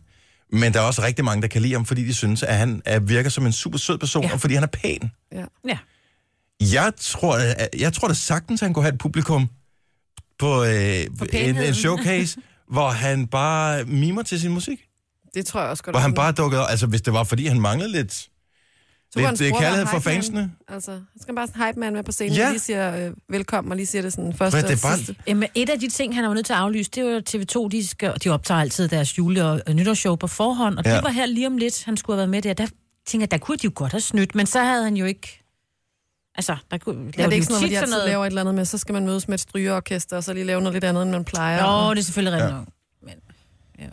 Men der er også rigtig mange, der kan lide ham, fordi de synes, at han er, virker som en super sød person, ja. og fordi han er pæn. Ja. Ja. Jeg tror, at, jeg tror da sagtens, han kunne have et publikum på øh, en, en pænheden. *laughs* showcase, hvor han bare mimer til sin musik. Det tror jeg også godt. Hvor han han- bare dukkede op. Altså, hvis det var, fordi han manglede lidt, Så kunne lidt hans øh, bror være kærlighed for hype man. fansene. Altså, han skal bare sådan hype man med på scenen, Ja. ja. og lige siger øh, velkommen, og lige siger det sådan første Hvad, det er og bare- sidste. Jamen, et af de ting, han er jo nødt til at aflyse, det er jo TV2, de, skal, de optager altid deres jule- og og nytårsshow på forhånd, og Ja. det var her lige om lidt, han skulle have været med der. Der tænker jeg, der kunne de jo godt have snydt, men så havde han jo ikke... Altså, der kunne lave Ja, det er ikke sådan sådan noget, at de sådan altid noget. laver et eller andet med, så skal man mødes med et strygeorkester, og så lige lave noget lidt andet, end man plejer. Nå, det er selvfølgelig rigtigt ja. nok. Men, ja.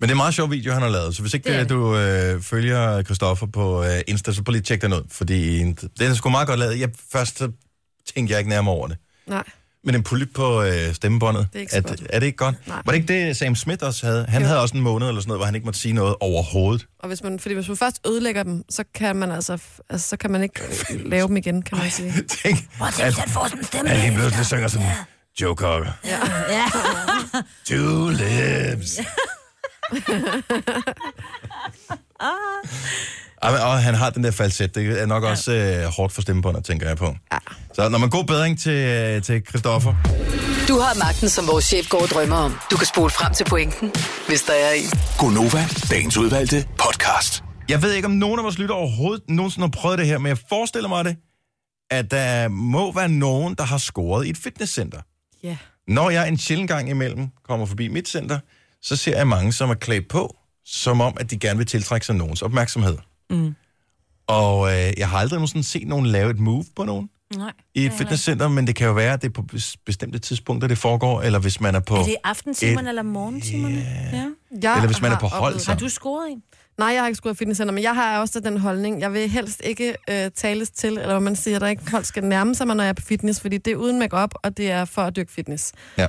Men det er en meget sjov video, han har lavet. Så hvis ikke Det er det du øh, følger Christoffer på øh, Insta, så prøv lige at tjekke den ud. Fordi den er sgu meget godt lavet. Jeg, først så tænkte jeg ikke nærmere over det. Nej. Men en polyp på øh, stemmebåndet, er ikke så at, godt. er det ikke godt? Nej. Var det ikke det, Sam Smith også havde? Han jo. Jo. havde også en måned eller sådan noget, hvor han ikke måtte sige noget overhovedet. Og hvis man, fordi hvis man først ødelægger dem, så kan man altså, f- altså så kan man ikke øh, lave dem igen, kan man sige. Tænk, at, at lige pludselig synger sådan, Joe Cocker. Ja. Two lips. Ej, Ah. men, og han har den der falset. Det er nok ja. også øh, hårdt for stemmebåndet, tænker jeg på. Ja. Så når man god bedring til, øh, til Christoffer. Du har magten, som vores chef går og drømmer om. Du kan spole frem til pointen, hvis der er en. Gonova, dagens udvalgte podcast. Jeg ved ikke, om nogen af vores lytter overhovedet nogensinde har prøvet det her, men jeg forestiller mig det, at der må være nogen, der har scoret i et fitnesscenter. Ja. Når jeg en sjældent gang imellem kommer forbi mit center, så ser jeg mange, som er klædt på, som om, at de gerne vil tiltrække sig nogens opmærksomhed. Mm. Og øh, jeg har aldrig nogensinde set nogen lave et move på nogen Nej. i et fitnesscenter, men det kan jo være, at det er på bes- bestemte tidspunkter, det foregår, eller hvis man er på, Er det aftentimerne Et- eller morgentimerne? Yeah. Ja. Jeg eller hvis man er har på hold. oplevet- Så. Har du scoret en? Nej, jeg har ikke skudt fitnesscenter, men jeg har også den holdning. Jeg vil helst ikke øh, tales til, eller hvad man siger, der ikke folk skal nærme sig mig, når jeg er på fitness, fordi det er uden makeup og det er for at dyrke fitness. Ja.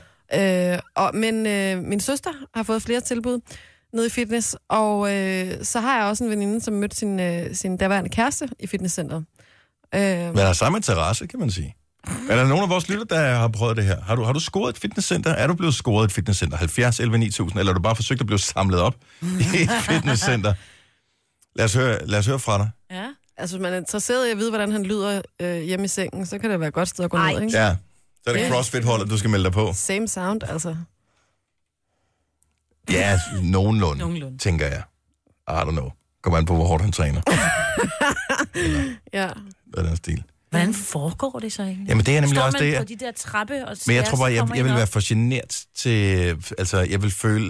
Øh, og, men øh, min søster har fået flere tilbud nede i fitness, og øh, så har jeg også en veninde, som mødte sin, øh, sin daværende kæreste i fitnesscenteret. Øh, Men der er samme interesse, kan man sige. Er der nogen af vores lytter, der har prøvet det her? Har du, har du scoret et fitnesscenter? Er du blevet scoret i et fitnesscenter? 70, 11, 9000? Eller har du bare forsøgt at blive samlet op *laughs* i et fitnesscenter? Lad os høre, lad os høre fra dig. Ja. altså, hvis man er interesseret i at vide, hvordan han lyder øh, hjemme i sengen, så kan det være et godt sted at gå Ej. ned, ikke? Ja, så er det CrossFit-holdet, du skal melde dig på. Same sound, altså. Ja, nogenlunde, Nogenlunde. tænker jeg. I don't know. Kommer an på, hvor hårdt han *laughs* træner. Ja. Noget af den stil. Hvordan foregår det så egentlig? Jamen, det er nemlig Står også man det. på at- de der trappe og Men jeg stairs, tror bare, så kommer jeg, jeg vil ind være op? for genert til... Altså, jeg vil føle,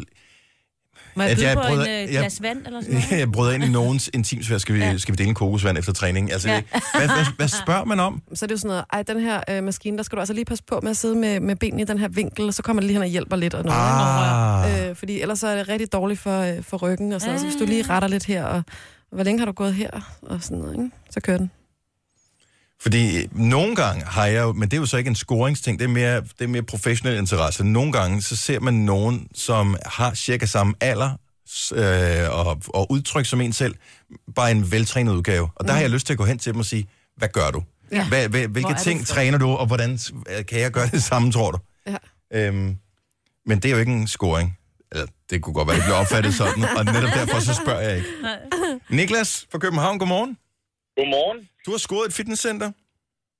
Må jeg at byde jeg på prøvede- en øh, jeg- glas vand eller sådan noget? *laughs* jeg bryder ind i nogens intimsfære. Skal vi, ja. skal vi dele en kokosvand efter træning? Altså, ja. hvad, hvad, hvad spørger man om? så er det jo sådan noget, ej, den her øh, maskine, der skal du altså lige passe på med at sidde med, med benene i den her vinkel, og så kommer det lige hen og hjælper lidt og noget. Ah, ikke? Øh, fordi ellers så er det rigtig dårligt for, øh, for ryggen, og sådan noget. Så hvis du lige retter lidt her, og hvor længe har du gået her, og sådan noget, ikke? så kører den. fordi øh, nogle gange har jeg jo, men det er jo så ikke en scoringsting, det er mere, det er mere professionel interesse. Nogle gange, så ser man nogen, som har cirka samme alder s- øh, og, og udtryk som en selv, bare en veltrænet udgave. Og der har jeg lyst til at gå hen til dem og sige, hvad gør du? Ja. Hvad, hvad, hvilke Mm. er du ting flot?" træner du, og hvordan s- øh, kan jeg gøre det samme, tror du? Ja. Øhm, men det er jo ikke en scoring. Eller det kunne godt være, det blev opfattet sådan, og netop derfor så spørger jeg ikke. Niklas fra København, godmorgen. Godmorgen. Du har scoret et fitnesscenter.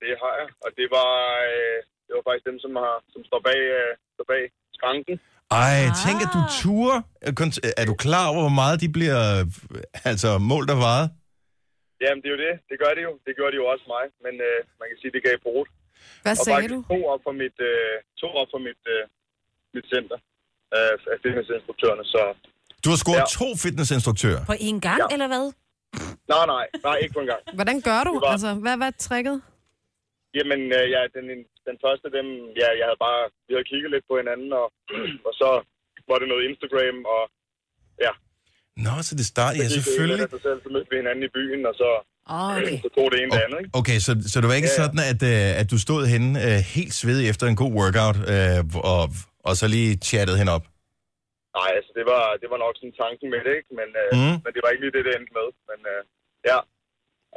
Det har jeg. Og det var, øh, det var faktisk dem, som, har, som står bag, øh, står bag skranken. Ej, ah. tænk, at du turer. Er kont- Er du klar over, hvor meget de bliver øh, altså, målt og vejet? Jamen, det er jo det. Det gør det jo. Det gjorde de jo også mig. Men øh, man kan sige, det gav brud. Hvad Og sagde faktisk du? to op for mit, øh, to op for mit, øh, mit center øh, af fitnessinstruktørerne. Så Du har scoret ja. Ja. to fitnessinstruktører. På en gang, ja. eller hvad? nej, nej. Nej, ikke på en gang. Hvordan gør du? Det var- Altså, hvad var tricket? Jamen, øh, ja, den, den første, dem, ja, jeg havde bare, vi havde kigget lidt på hinanden, og, *clears throat* og så var det noget Instagram, og Nå, så det starter, ja, gik det selvfølgelig. lidt af sig selv, så mødte vi hinanden i byen, og så, Åh, okay. så tog det ene det andet, ikke? Okay, så, så det var ikke ja, Ja, ja. ja. sådan, at, øh, at du stod henne øh, helt svedig efter en god workout, øh, og, og så lige chattede hende op. Nej, altså det var, det var nok sådan tanken med det, ikke? Men, øh, Mhm. mm. men det var ikke lige det, det endte med. Men øh, ja,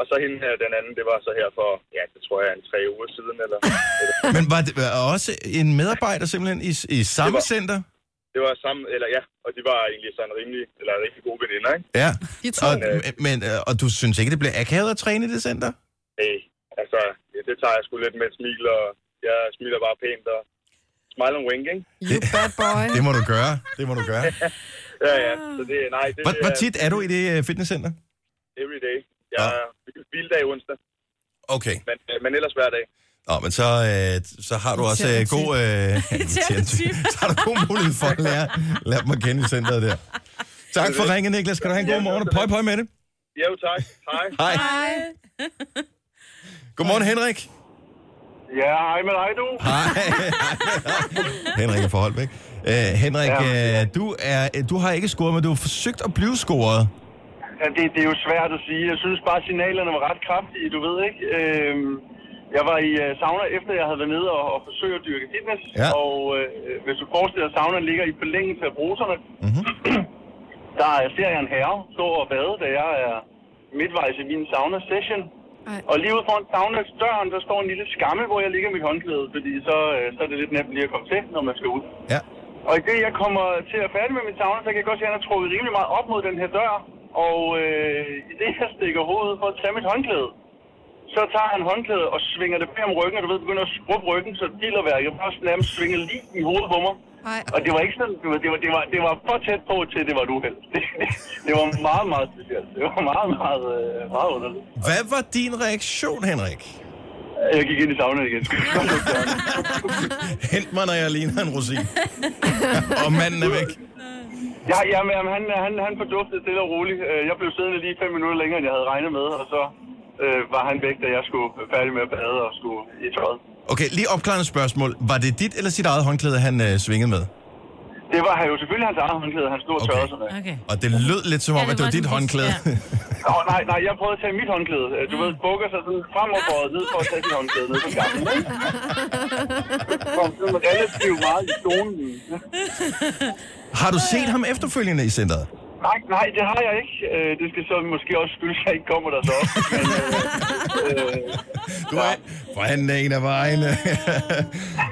og så hende her, den anden, det var så her for, ja, det tror jeg er en tre uger siden, eller... eller Men var det var også en medarbejder simpelthen i, i samme Det var- center? det var sammen, eller ja, og de var egentlig sådan rimelig, eller rigtig gode veninder, ikke? Ja. De to. Og, men, øh, og du synes ikke, det bliver akavet at træne i det center? Hey, altså, ja, det tager jeg sgu lidt med et smil, og jeg smiler bare pænt, og smile and wink, ikke? You bad boy. Det må du gøre. Det må du *laughs* gøre. Ja, ja, så det, nej, det Hvor, hvor tit er du i det øh, fitnesscenter? Every day. Jeg Ja. er hviledag onsdag, Okay. men, øh, men ellers hver dag. Nå, men så, øh, så har du også øh, god... Øh, irriterende type. *laughs* så har du god mulighed for at lære, lære dem at kende i centret der. Tak for ringen, Niklas. *laughs* Skal du have en god morgen og pøj, pøj med det. Jo, tak. Hej. Hej. Godmorgen, Henrik. *laughs* Ja, hej med dig, du. Hej. Henrik er fra Holbæk. Øh, Henrik, ja. øh, du, er, du har ikke scoret, men du har forsøgt at blive scoret. Ja, det, det er jo svært at sige. Jeg synes bare, signalerne var ret kraftige, du ved ikke. Øhm, jeg var i uh, sauna, efter jeg havde været nede og, og forsøgt at dyrke fitness. Ja. Og øh, hvis du forestiller dig, at saunaen ligger i forlængelse af bruserne, Mm-hmm. *clears throat* der ser jeg en herre stå og bade, da jeg er midtvejs i min sauna-session. Og lige ude foran sauna-døren, der står en lille skammel, hvor jeg ligger mit håndklæde, fordi så, øh, så er det lidt nemt lige at komme til, når man skal ud. Ja. Og i det, jeg kommer til at færdig med min sauna, så kan jeg godt se, at han har trukket rimelig meget op mod den her dør. Og øh, i det, jeg stikker hovedet for at tage mit håndklæde, så tager han håndklædet og svinger det bag om ryggen, og du ved, begynder at skrubbe ryggen, så dillerværket først nærmest svinger lige i hovedet på mig. Ej. Og det var ikke sådan, det var, det var, det var, det var for tæt på til, det var et uheld. *laughs* Det, det, det var meget, meget specielt. Det var meget, meget, øh, meget underligt. Hvad var din reaktion, Henrik? Jeg gik ind i saunaen igen. *laughs* Hent mig, når jeg ligner en rosin. og manden er væk. Ja, jamen, jamen, han, han, han forduftede stille og roligt. Øh, Jeg blev siddende lige fem minutter længere, end jeg havde regnet med, og så øh, var han væk, da jeg skulle færdig med at bade og skulle i tøjet. Okay, lige opklarende spørgsmål. Var det dit eller sit eget håndklæde, han øh, svingede med? Det var han jo selvfølgelig hans eget håndklæde, han stod og tørrede sig med. Okay. Og det lød lidt som om, ja, det at det var dit håndklæde. Ja. Nå, nej, nej, jeg prøvede at tage mit håndklæde. Øh, Du ved, bukker sig sådan frem og bøjet ned for at tage sit håndklæde ned på skammen. ikke? Kom sådan relativt meget i stolen. *laughs* har du set ham efterfølgende i centret? Nej, nej, det har jeg ikke. Øh, Det skal så måske også skyldes, at jeg ikke kommer der så ofte. Men, øh, øh, Du er, for han er en af *laughs* vejene.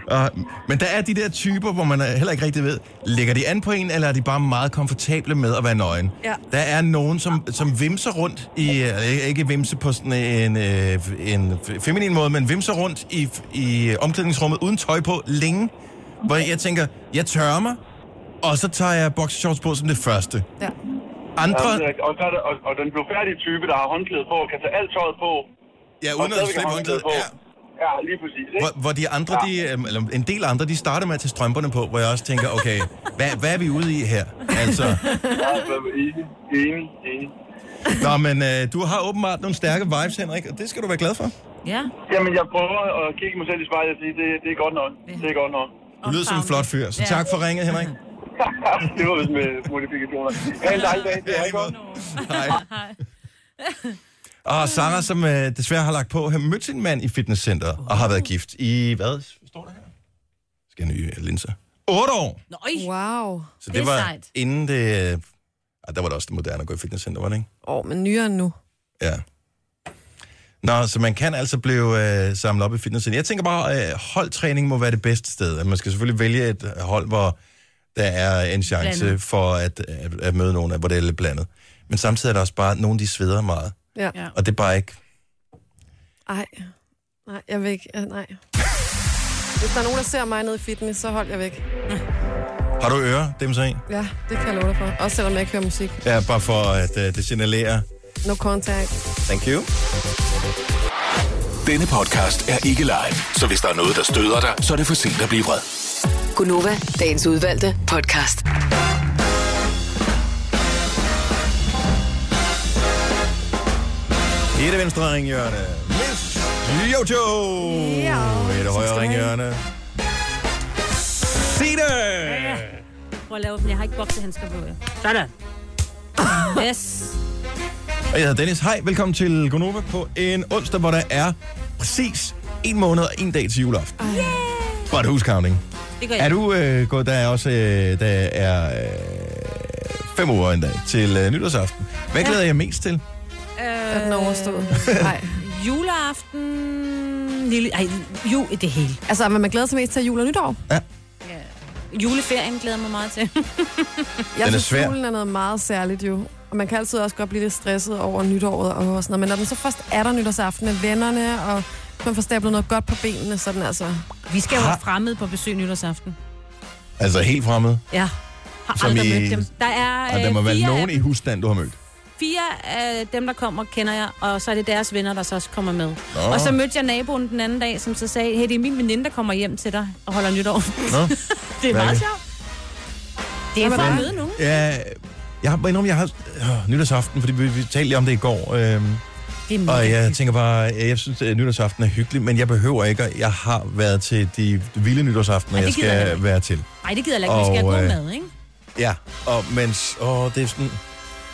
og, men der er de der typer, hvor man øh, heller ikke rigtig ved, ligger de an på en, eller er de bare meget komfortable med at være nøgen? Ja. Der er nogen, som, som vimser rundt i, eller ikke vimse på sådan en, øh, en feminin måde, men vimser rundt i, i øh, omklædningsrummet uden tøj på længe, hvor jeg tænker, jeg tørrer mig, og så tager jeg boxershorts på som det første. Ja. Andre, Jamen, det er rigtigt. og, så er der, og, og den blufærdige type, der har håndklæde på, kan tage alt tøjet på. Ja, og uden at stadigvæk slippe har håndklædet. på. Ja. Ja, lige præcis. Ikke? Hvor, hvor de andre, de, øhm, eller en del andre, de starter med at tage strømperne på, hvor jeg også tænker, okay, hvad, hvad er vi ude i her? Altså, Ja, altså, enig, enig, enig. nå, men øh, du har åbenbart nogle stærke vibes, Henrik, og det skal du være glad for. Ja. Jamen, jeg prøver at kigge mig selv i spejlet og sige, det, det er godt nok. Det er godt nok. *laughs* Du lyder som en flot fyr, så Ja. tak for ringet, *laughs* Henrik. det var vist med modifikationer. Ha' en dejlig dag. Det er godt. *laughs* Hej. Og Sarah, som øh, desværre har lagt på, har mødt sin mand i fitnesscenteret og har været gift i, hvad står der her? Skal jeg nye linser? 8 år! Nøj, Wow. Så Det det er var sejt. inden det... Øh, ah, der var det også det moderne at gå i fitnesscenter, var det ikke? Åh, oh, men nyere end nu. Ja. Nå, så man kan altså blive øh, samlet op i fitnessen. Jeg tænker bare, øh, holdtræning må være det bedste sted. Man skal selvfølgelig vælge et øh, hold, hvor der er en chance Blandet. blandet. for at, at, at møde nogen, hvor det er lidt blandet. Men samtidig er der også bare nogen, de sveder meget. Ja. Ja. Og det er bare ikke... Ej. Nej, jeg vil ikke. Ja, nej. Hvis der er nogen, der ser mig nede i fitness, så hold jeg væk. Har du ører, dem så en? Ja, det kan jeg love dig for. Også selvom jeg ikke hører musik. Ja, bare for at øh, det signalerer. No contact. Thank you. Denne podcast er ikke live, så hvis der er noget, der støder dig, så er det for sent at blive vred. Gunova, dagens udvalgte podcast. I det venstre ringhjørne, Miss Jojo. Ja. I det højre ringhjørne, Sina. Prøv at lave dem. Jeg har ikke boksehandsker på. Ja. Sådan. Yes. Og jeg hedder Dennis. Hej, velkommen til Gonova på en onsdag, hvor der er præcis en måned og en dag til juleaften. Yeah. Bare et huscounting. Det gør jeg. Er du øh, gået, der er også øh, der er øh, fem uger en dag til øh, nytårsaften. Hvad glæder jeg mest til? Er den overstået? Nej. Juleaften... Lille, ej, ju, det hele. Altså, hvad man glæder sig mest til er jul og nytår. Juleferien glæder jeg mig meget til. Jeg Den er synes, svær. julen er noget meget særligt jo. Og man kan altid også godt blive lidt stresset over nytåret og sådan noget. Men når den så først er der nytårsaften med vennerne, og man får stablet noget godt på benene, så er den altså... Vi skal jo Har- have fremmede på besøg nytårsaften. Altså helt fremmed. Ja. Har Som aldrig i- mødt dem. Der er, Og der må øh, være fire, nogen i husstand, du har mødt. fire af dem, der kommer, kender jeg, og så er det deres venner, der så også kommer med. Nå. Og så mødte jeg naboen den anden dag, som så sagde, hey, det er min veninde, der kommer hjem til dig og holder nytår. Nå? *laughs* det er Hvad er meget det? sjovt. Det er for at møde nogen. Ja, jeg har, jeg har øh, nytårsaften, fordi vi, vi talte lige om det i går. Øh, Det er mega Og jeg tænker bare, jeg synes, at nytårsaften er hyggelig, men jeg behøver ikke, at jeg har været til de vilde nytårsaftener, Ej, jeg det gider jeg heller skal ikke. være til. Nej, det gider jeg heller ikke. Vi skal Og, have øh, god mad, ikke? Ja, og mens, åh, det er sådan...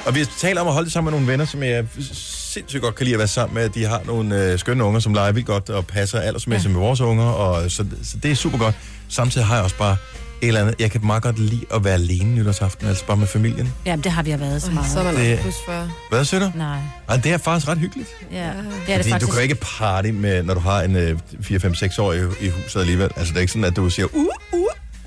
Og vi taler om at holde det sammen med nogle venner, som jeg sindssygt godt kan lide at være sammen med. De har nogle øh, skønne unger, som leger vildt godt og passer aldersmæssigt ja. med vores unger, og så, så det er super godt. Samtidig har jeg også bare et eller andet. Jeg kan meget godt lide at være alene nytårsaften, altså bare med familien. Jamen, det har vi jo været *laughs* så meget. så er man Det- også for... Hvad siger du? Nej, Ej, det er faktisk ret hyggeligt. ja. Det er det Fordi faktisk. du kan jo ikke party, med, når du har en øh, 4-5-6-årig i, i huset alligevel. Altså, det er ikke sådan, at du siger, uh,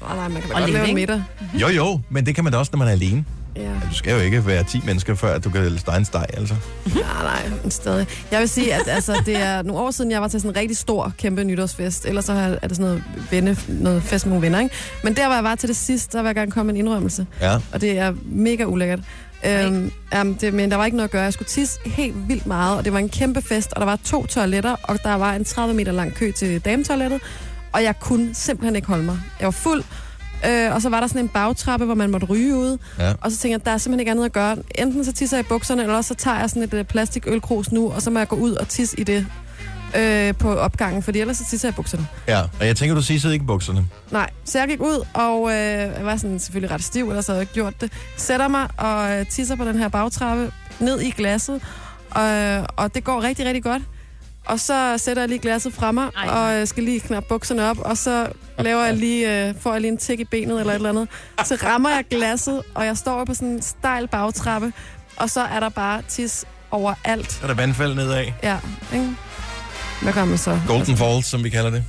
Nej, nej, man kan da Og godt leve, lave en ikke? middag. jo jo, men det kan man da også, når man er alene. Ja. Du skal jo ikke være 10 mennesker, før at du kan stege en steg, altså. Nej, nej, men stadig. Jeg vil sige, at altså, det er nogle år siden, jeg var til sådan en rigtig stor, kæmpe nytårsfest. Ellers så har- er det sådan noget, venne, noget fest med nogle venner, ikke? Men der, hvor jeg var til det sidste, der vil jeg gerne komme med en indrømmelse. Ja. Og det er mega ulækkert. Øhm, jamen, det, men der var ikke noget at gøre. Jeg skulle tisse helt vildt meget, og det var en kæmpe fest, og der var to toiletter, og der var en 30 meter lang kø til dametoilettet, og jeg kunne simpelthen ikke holde mig. Jeg var fuld, øh, og så var der sådan en bagtrappe, hvor man måtte ryge ud, Ja. og så tænkte jeg, der er simpelthen ikke andet at gøre. Enten så tisser jeg i bukserne, eller også så tager jeg sådan et øh, plastikølkrus nu, og så må jeg gå ud og tisse i det øh, på opgangen, fordi ellers så tisser jeg i bukserne. Ja, og jeg tænker, du siger sidder ikke i bukserne. Nej, så jeg gik ud, og øh, jeg var sådan selvfølgelig ret stiv, ellers havde jeg ikke gjort det. Sætter mig og øh, tisser på den her bagtrappe, ned i glasset, øh, og det går rigtig, rigtig godt. Og så sætter jeg lige glasset fra mig, Ej. og øh, skal lige knappe bukserne op, og så laver jeg lige, øh, får jeg lige en tæk i benet eller et eller andet. Så rammer jeg glasset, og jeg står på sådan en stejl bagtrappe, og så er der bare tis overalt. Så er der vandfald nedad. Ja, ikke? Hvad gør man så? Golden Falls, som vi kalder det.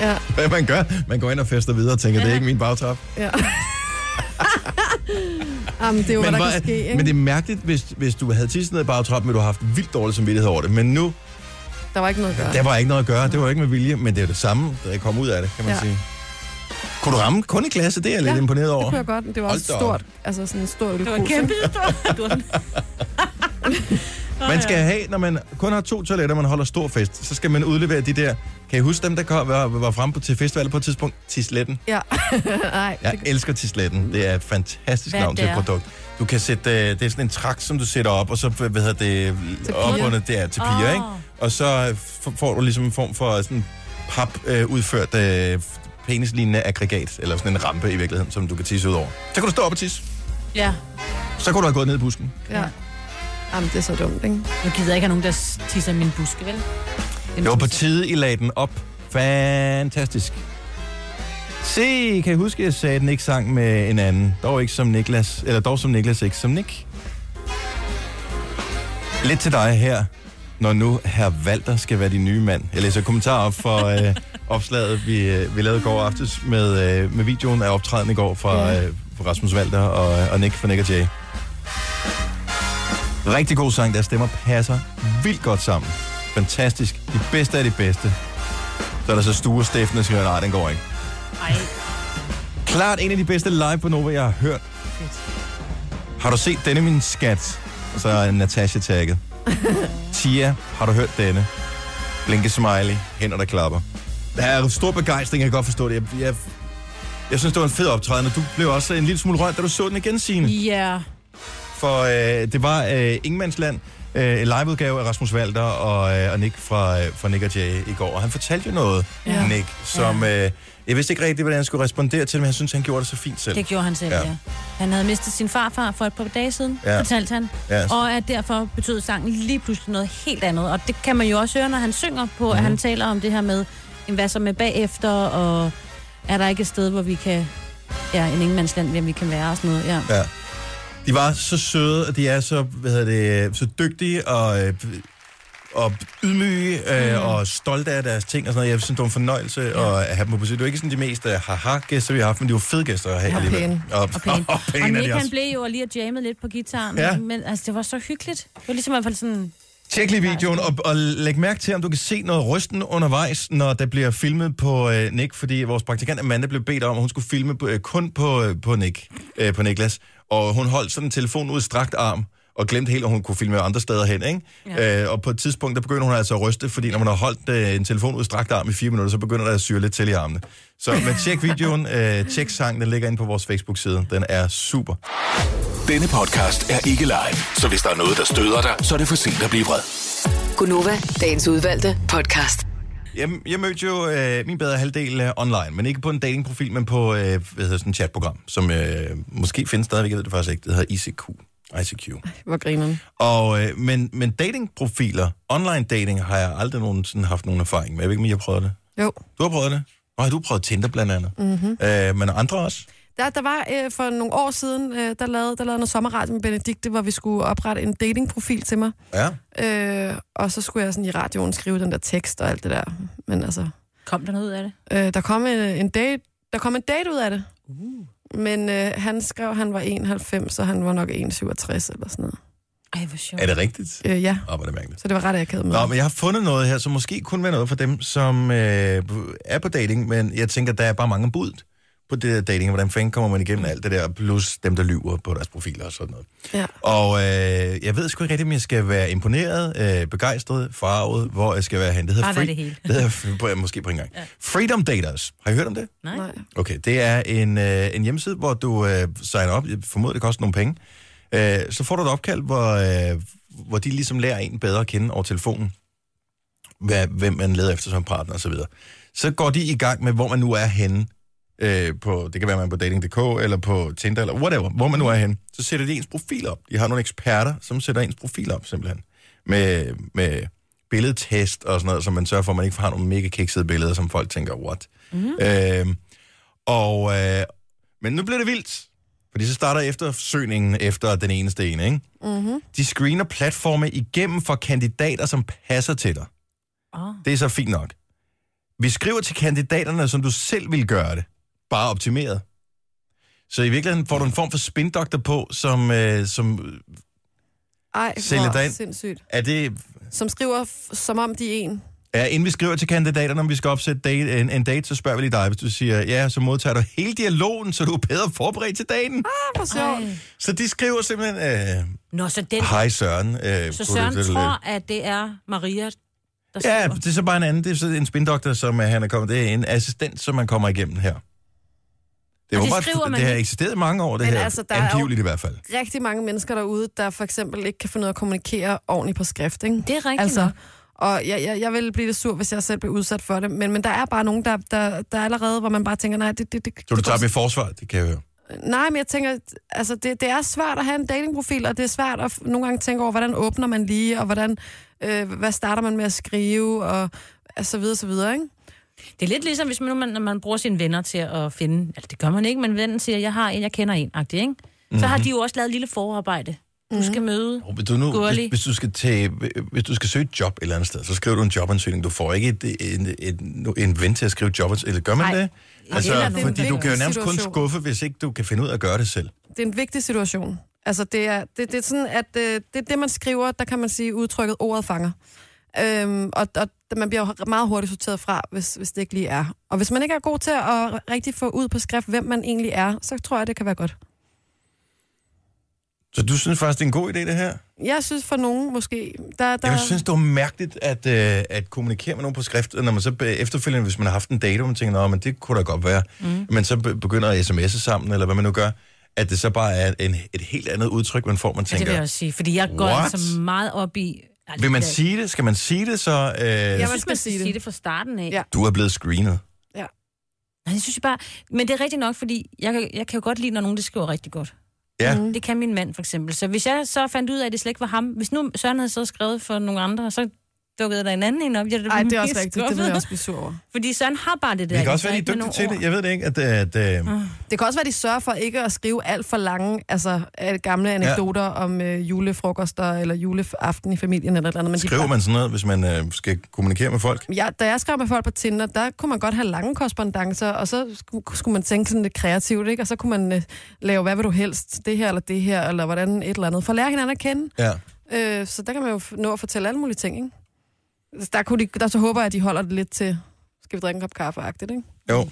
Ja, Hvad man gør, man går ind og fester videre og tænker, det er ikke min bagtrap. ja. *laughs* Jamen, det er jo, hvad der hvor- kan ske, ikke? men det er mærkeligt, hvis, hvis du havde tisset ned i bagtrappen, men du har haft vildt dårlig samvittighed over det. Men nu, Der var ikke noget at gøre. der var ikke noget at gøre. Det var ikke med vilje, men det er det samme, der kom ud af det, kan man ja. Ja. sige. Kunne du ramme kun i klasse? Det er jeg lidt Ja, imponeret over. Det kunne jeg godt, men det var Hold også da op. stort. Altså sådan en stor ølkrus. Det var en *laughs* kæmpe stor. Du var sådan, Man skal have, når man kun har to toiletter, man holder stor fest, så skal man udlevere de der... Kan I huske dem, der kom, var, var fremme på, til festivalet på et tidspunkt? Tisletten. Ja. *laughs* Nej, Jeg elsker tisletten. Det er et fantastisk Hvad navn til et der? produkt. Du kan sætte, øh, det er sådan en trak, som du sætter op, og så hvad hedder det, Til piger. Ah. opbundet der til piger, oh. ikke? Og så øh, f- får du ligesom en form for sådan pap øh, udført øh, penislignende aggregat, eller sådan en rampe i virkeligheden, som du kan tisse ud over. Så kan du stå op og tisse. Ja. Så kunne du have gået ned i busken. ja. Jamen, det er så dumt, ikke? Nu gider jeg ikke have nogen, der s- tisser i min buske, vel? Det var på tide, I lagde den op. Fantastisk. Se, kan I huske, jeg sagde, at Nick sang med en anden. Dog ikke som Niklas, eller dog som Niklas, ikke som Nick. Lidt til dig her, når nu herr Valter skal være din nye mand. Jeg læser kommentar op for øh, opslaget, vi, øh, vi lavede i går aftes med, øh, med videoen af optræden i går fra, øh, fra Rasmus Valter og, og Nick fra Nick og Jay. Rigtig god sang, deres stemmer passer vildt godt sammen. Fantastisk. De bedste af de bedste. Så er der så Sture Steffen, der siger, nej, den går ikke. Ej, Klart en af de bedste live på Nova, jeg har hørt. Har du set denne, min skat? Og så er Natasha *laughs* tagget. Tia, har du hørt denne? Blinke smiley, hænder der klapper. Der er stor begejstring, jeg kan godt forstå det. Jeg, jeg, jeg synes, det var en fed optræden, og du blev også en lille smule rørt, da du så den igen, Signe. ja. for øh, det var øh, Ingemandsland, øh, en liveudgave af Rasmus Walter og, øh, og Nick fra, øh, fra Nick og Jay i går. Og han fortalte jo noget, ja. Ja. Nick, som øh, jeg vidste ikke rigtigt, hvordan han skulle respondere til, men jeg synes, han gjorde det så fint selv. Det gjorde han selv, Ja. ja. ja. Han havde mistet sin farfar for et par dage siden, Ja. ja. fortalte han. Ja. Og at derfor betød sangen lige pludselig noget helt andet. Og det kan man jo også høre, når han synger på, mm. at Mhm. han taler om det her med, "Jamen, hvad så med bagefter, og er der ikke et sted, hvor vi kan... Ja, en ingenmandsland, hvor vi kan være og sådan noget. Ja. Ja. De var så søde, og de er så, hvad hedder det, så dygtige og, øh, og ydmyge øh, mm. og stolte af deres ting og sådan noget. Jeg synes, det var en fornøjelse ja. at have dem på besøg. Det var ikke sådan de mest øh, haha-gæster, vi har haft, men de var fede gæster at have Og alligevel. pæne. Og, Og, pæn. *laughs* og pæne. og er de Nick, også. han blev jo lige og jammede lidt på gitaren, Ja. ja. men altså, det var så hyggeligt. Det var ligesom i hvert fald sådan... Tjek lige videoen, og, og læg mærke til, om du kan se noget rysten undervejs, når der bliver filmet på øh, Nick, fordi vores praktikant Amanda blev bedt om, at hun skulle filme på, øh, kun på, øh, på Nick, øh, på Niklas, og hun holdt sådan en telefon ud i strakt arm, og glemte helt, at hun kunne filme andre steder hen, ikke? Ja. Øh, og på et tidspunkt, der begynder hun altså at ryste, fordi når man har holdt øh, en telefon udstrakt arm i fire minutter, så begynder der at syre lidt til i armene. Så men tjek videoen, øh, tjek sangen, den ligger inde på vores Facebook-side. Den er super. Denne podcast er ikke live, så hvis der er noget, der støder dig, så er det for sent at blive vred. Gunova, dagens udvalgte podcast. Jeg, jeg mødte jo øh, min bedre halvdel øh, online, men ikke på en datingprofil, men på øh, hvad hedder sådan et chatprogram, som øh, måske findes stadigvæk, jeg ved det faktisk ikke. Det hedder ICQ. ICQ. Hvor grineren. Og, øh, men, men datingprofiler, online dating, har jeg aldrig nogensinde haft nogen erfaring med. Jeg ved ikke, om I har prøvet det. Jo. Du har prøvet det? Nå, har du prøvet Tinder blandt andet? Mm-hmm. Øh, men andre også? Der, der var øh, for nogle år siden, øh, der lavede, der lavede noget sommerradio med Benedikte, hvor vi skulle oprette en datingprofil til mig. Ja. Øh, og så skulle jeg sådan i radioen skrive den der tekst og alt det der. Men altså, Kom der noget ud af det? øh, der, kom en, en date, der kom en date ud af det. Uh. Men øh, han skrev, at han var 91, og han var nok 167 eller sådan noget. Ej, hvor sjovt. Er det rigtigt? Øh, ja, Åh, hvor er det mærkeligt. så det var ret akavet med. Nå, men jeg har fundet noget her, som måske kunne være noget for dem, som øh, er på dating, men jeg tænker, der er bare mange bud på det der dating, og hvordan fanden kommer man igennem alt det der, plus dem, der lyver på deres profiler og sådan noget. Ja. Og øh, jeg ved sgu ikke rigtigt, om jeg skal være imponeret, øh, begejstret, farvet, hvor jeg skal være hen. Det hedder Bare være det hele. det hedder, f- på, måske på en gang. Ja. Freedom Daters. Har I hørt om det? Nej. Nej. Okay, det er en, øh, en hjemmeside, hvor du øh, signer op. Jeg formoder, det koster nogle penge. Øh, så får du et opkald, hvor, øh, hvor de ligesom lærer en bedre at kende over telefonen. Hvad, hvem man leder efter som partner osv. Så, så går de i gang med, hvor man nu er henne. Øh, på, det kan være, man er på dating.dk, eller på Tinder, eller whatever, hvor man nu er henne. Så sætter de ens profil op. De har nogle eksperter, som sætter ens profil op, simpelthen. Med, med billedtest og sådan noget, så man sørger for, at man ikke har nogle mega kiksede billeder, som folk tænker, what? Mm. Øh, og, øh, men nu bliver det vildt, fordi så starter eftersøgningen efter den eneste ene, ikke? Mm-hmm. De screener platforme igennem for kandidater, som passer til dig. Oh. Det er så fint nok. Vi skriver til kandidaterne, som du selv vil gøre det. Bare optimeret. Så i virkeligheden får du en form for spindokter på, som, øh, som Ej, Sælge dig hvor ind. sindssygt. er det... Som skriver, f- som om de er en. Ah, Ja, inden vi skriver til kandidaterne, om vi skal opsætte date, en, en date, så spørger vi lige dig. Hvis du siger ja, så modtager du hele dialogen, så du er bedre forberedt til dagen. Ah, hvor sjovt. Ej. Så de skriver simpelthen, øh, Nå, så den... hej Søren. Øh, Så kunne du- Søren det- det- tror, at det er Maria, der Ja, skriver. det er så bare en anden. Det er så en spindoktor, som øh, han er kommet. Det er en assistent, som man kommer igennem her. Det, Og var det bare, skriver det, man det har ikke? eksisteret i mange år, det Men her. Altså, altså, der der er jo- Angiveligt i hvert fald. Rigtig mange mennesker derude, der for eksempel ikke kan finde ud af at kommunikere ordentligt på skrift, ikke? Det er rigtigt. Altså, Altså, og jeg, jeg, jeg ville blive lidt sur, hvis jeg selv blev udsat for det. Men, men der er bare nogen, der, der, der allerede, hvor man bare tænker, nej, det... det, det Så du det tager dem i forsvar, det kan jeg høre. Nej, men jeg tænker, altså det, det er svært at have en datingprofil, og det er svært at f- nogle gange tænke over, hvordan åbner man lige, og hvordan, øh, hvad starter man med at skrive, og og så videre, så videre, ikke? det er lidt ligesom, hvis man, nu man, når man bruger sine venner til at finde... Altså, det gør man ikke, men vennen siger, jeg har en, jeg kender en, agtig, ikke? Så har Mhm. de jo også lavet et lille forarbejde. Mhm. Du skal møde... Hvis du, nu, Gurli. hvis, hvis, du skal tage, hvis du skal søge et job et eller andet sted, så skriver du en jobansøgning. Du får ikke et, en, en, en ven til at skrive jobansøgning. Eller gør man Nej. det? Altså, det er det en fordi du vigtig kan jo nærmest kun situation. skuffe, hvis ikke du kan finde ud af at gøre det selv. Det er en vigtig situation. Altså det er, det, det er sådan, at øh, det, er det man skriver, der kan man sige udtrykket, ordet fanger. Øhm, og, og man bliver jo meget hurtigt sorteret fra, hvis, hvis det ikke lige er. Og hvis man ikke er god til at rigtig få ud på skrift, hvem man egentlig er, så tror jeg, det kan være godt. Så du synes faktisk, det er en god idé, det her? Jeg synes for nogen måske, der, der Jeg synes, det var mærkeligt at, øh, at kommunikere med nogen på skrift, og når man så be- efterfølgende, hvis man har haft en date, og man tænker, "Nå, men det kunne da godt være, mm. men så be- begynder at sms'e sammen, eller hvad man nu gør, at det så bare er en, et helt andet udtryk, man får, man Ja, det tænker, vil jeg også sige, fordi jeg går What? altså meget op i... Ej, vil man det- sige det? Skal man sige det, så øh, Jeg Ja, man synes, skal man skal sige det. sige det fra starten af. Ja. du er blevet screenet? Nej, det synes jeg bare... Men det er rigtigt nok, fordi jeg, kan- jeg kan jo godt lide, når nogen det skriver rigtig godt. Mhm. Ja, mm. Mm. Det kan min mand, for eksempel. Så hvis jeg så fandt ud af, at det slet ikke var ham... Hvis nu Søren havde så skrevet for nogle andre, så dukkede der en anden en op. Jeg, Ej, det *laughs* er også rigtigt. Det vil jeg også blive sur over. Fordi Søren har bare det der. vi kan i også sig, være lidt ikke? Med Ah. dygtige til nogle det. Jeg ved det ikke, at, at øh, Det kan også være, at de sørger for ikke at skrive alt for lange, altså øh, gamle anekdoter ja. om øh, julefrokoster eller juleaften i familien eller et eller andet. Men de- skriver man sådan noget, hvis man øh, skal kommunikere med folk? Ja, da jeg skrev med folk på Tinder, der kunne man godt have lange korrespondencer, og så skulle, skulle man tænke sådan lidt kreativt, ikke? Og så kunne man øh, lave, hvad vil du helst, det her eller det her, eller hvordan et eller andet, for at lære hinanden at kende. Ja. Øh, så der kan man jo f- nå at fortælle alle mulige ting, ikke? Altså, Der, kunne de, der så håber jeg, at de holder det lidt til, skal vi drikke en kop kaffe-agtigt, ikke? Jo.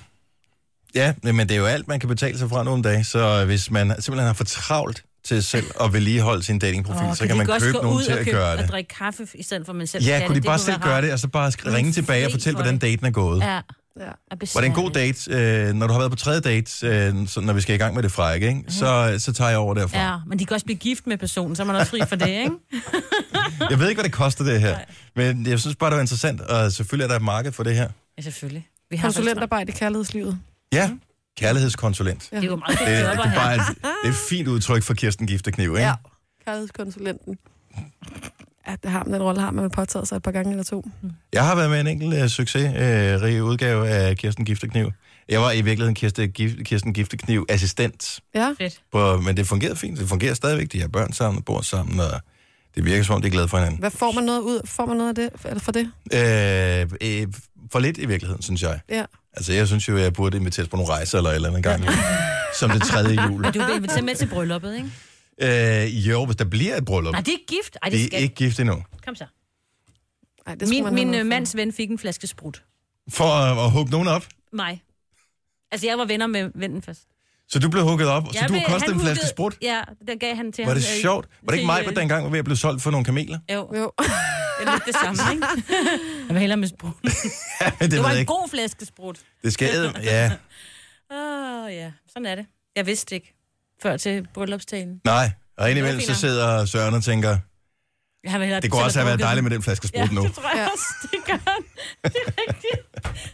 Ja, men det er jo alt, man kan betale sig fra nu om dagen. Så hvis man øh, simpelthen har for travlt til selv at vedligeholde sin datingprofil, oh, så kan man de ikke også købe gå nogen ud til og at købe- gøre Og det. drikke kaffe, i stedet for at man selv skal Ja, kunne de det. bare Det selv være gøre rart. det, og så bare sk- Man er ringe tilbage og fri fortælle, for hvordan det. daten er gået? Ja. ja. Og Var det en god date, øh, når du har været på tredje date, øh, så, når vi skal i gang med det frække, Mhm. ikke? Så, øh, så tager jeg over derfra. Ja, men de kan også blive gift med personen, så er man også fri for det, *laughs* ikke? Jeg ved ikke, hvad det koster, det her. Men jeg synes bare, det var interessant, og selvfølgelig er der et marked for det her. Ja, selvfølgelig. Vi har Konsulentarbejde i kærlighedslivet. Ja, kærlighedskonsulent. Ja. Mhm. er Det jo meget Det, det, er bare *laughs* et, det er et fint udtryk for Kirsten Giftekniv, ikke? Ja, kærlighedskonsulenten. Ja, det har, den rolle har man påtaget sig et par gange eller to. Jeg har været med i en enkelt uh, succesrig udgave af Kirsten Giftekniv. Jeg var i virkeligheden Kirsten, Gif- Kirsten Giftekniv assistent, Ja. Fedt. på, men det fungerede fint. Det fungerer stadigvæk. De har børn sammen, bor sammen, og det virker som om, de er glade for hinanden. Hvad får man noget ud får man noget af det, eller for det? Øh, øh, for lidt i virkeligheden, synes jeg. Ja. Altså, jeg synes jo, jeg burde inviteres på nogle rejser eller et eller andet gang. *laughs* som det tredje jul. Men du vil invitere med til brylluppet, ikke? Øh, jo, hvis der bliver et bryllup. Nej, det er ikke gift. Ej, det, det er skal... ikke gift endnu. Kom så. Ej, det min min øh, mands ven fik en flaske sprut. For at, at hugge nogen op. Mig. Altså, jeg var venner med vennen først. Så du blev hugget op, og så Jeg du blev- har kostet han en flaske huggede- sprut. Ja, der gav han til Var ham, det øh, sjovt? Var det ikke til, mig, på øh, dengang var ved at blive solgt for nogle kameler? Jo. jo. det er lidt det samme, *laughs* ikke? Jeg vil hellere *laughs* med sprut. det, det, ved var jeg en ikke. god flaske sprut. Det skal æde. Ja, Åh, oh, ja. Sådan er det. Jeg vidste ikke før til bryllupstalen. nej. Og Det var indimellem fint så nok. sidder Søren og tænker, Jeg vil hellere det kunne selv også have været drukket dejligt den. med den flaske sprut ja, nu. det tror jeg også. Det gør han. Det er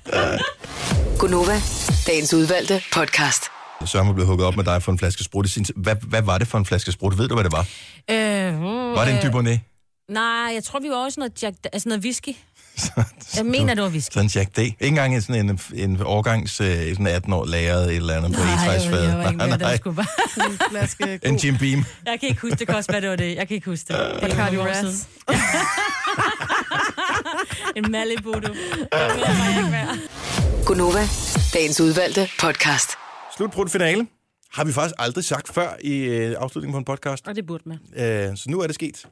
rigtigt. Gunova, dagens udvalgte podcast. Søren var blevet hugget op med dig for en flaske sprut. i sin tid. Hvad, hvad var det for en flaske sprut? Ved du, hvad det var? Øh, Var det en Dubonnet? Nej, jeg tror, vi var også noget, Jack, altså *laughs* noget whisky. jeg mener, det var whisky. Sådan en Jack D. Ikke engang en, sådan en, en årgangs øh, sådan 18 år lagret et eller andet på egetræsfadet. jeg var ikke med, der skulle bare... En flaske En Jim Beam. *laughs* Jeg kan ikke huske, det kan også være, det var det. Jeg kan ikke huske det. Det er Cardi nogle år Ras. siden. *laughs* en Malibu, du. Det var jeg ikke med. Gunova, dagens udvalgte podcast. Slutbrudt finale har vi faktisk aldrig sagt før i øh, afslutningen på en podcast. Og det burde man. Øh, så nu er det sket.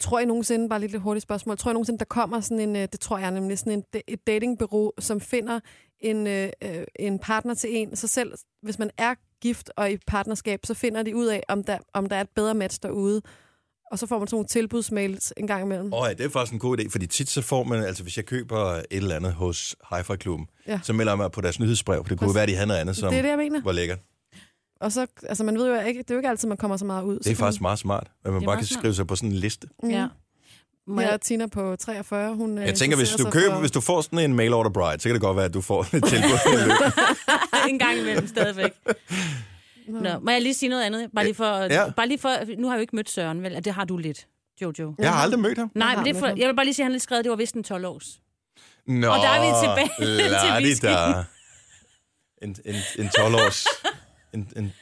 Tror I nogensinde, bare lige et lidt hurtigt spørgsmål, tror I nogensinde, der kommer sådan en, øh, det tror jeg nemlig, sådan en, da- et datingbureau, som finder en, øh, øh, en partner til en, så selv hvis man er gift og i partnerskab, så finder de ud af, om der, om der er et bedre match derude. Og så får man sådan nogle tilbudsmails en gang imellem. Åh oh, ja, det er faktisk en god idé, fordi tit så får man, altså hvis jeg køber et eller andet hos hi klubben ja. Ja. så melder jeg mig på deres nyhedsbrev, for det kunne være, de havde noget andet, som Det er det, jeg mener. var lækkert. Og så, altså man ved jo ikke, det er jo ikke altid, man kommer så meget ud. Det er faktisk meget smart, at man Det er bare meget kan smart. skrive sig på sådan en liste. Ja. Må Jeg jeg... er Tina på 43, hun øh, Jeg tænker, hvis du interesserer sig køber, for- hvis du får sådan en mail order bride, så kan det godt være, at du får et *laughs* tilbud. en gang imellem stadigvæk. Nå, må jeg lige sige noget andet? Bare lige for, Ja. ja. bare lige for nu har jeg jo ikke mødt Søren, vel? Det har du lidt, Jojo. jeg har aldrig mødt ham. Nej, men det er for, jeg vil bare lige sige, at han har lidt skrevet, at det var vist en 12 års. Og der er vi tilbage til whiskyen. En, en, en 12-års... En, en,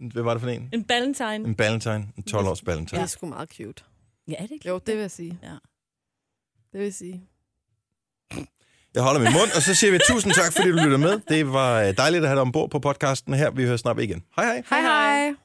en, hvad var det for en? En valentine. En valentine. En 12-års valentine. Det er sgu meget cute. Ja, er det ikke? Jo, det vil jeg sige. Ja. Det vil jeg sige. Jeg holder min mund, og så siger vi tusind tak, fordi du lytter med. Det var øh, dejligt at have dig ombord på podcasten her. Vi hører snart ved igen. Hej hej. Hej hej!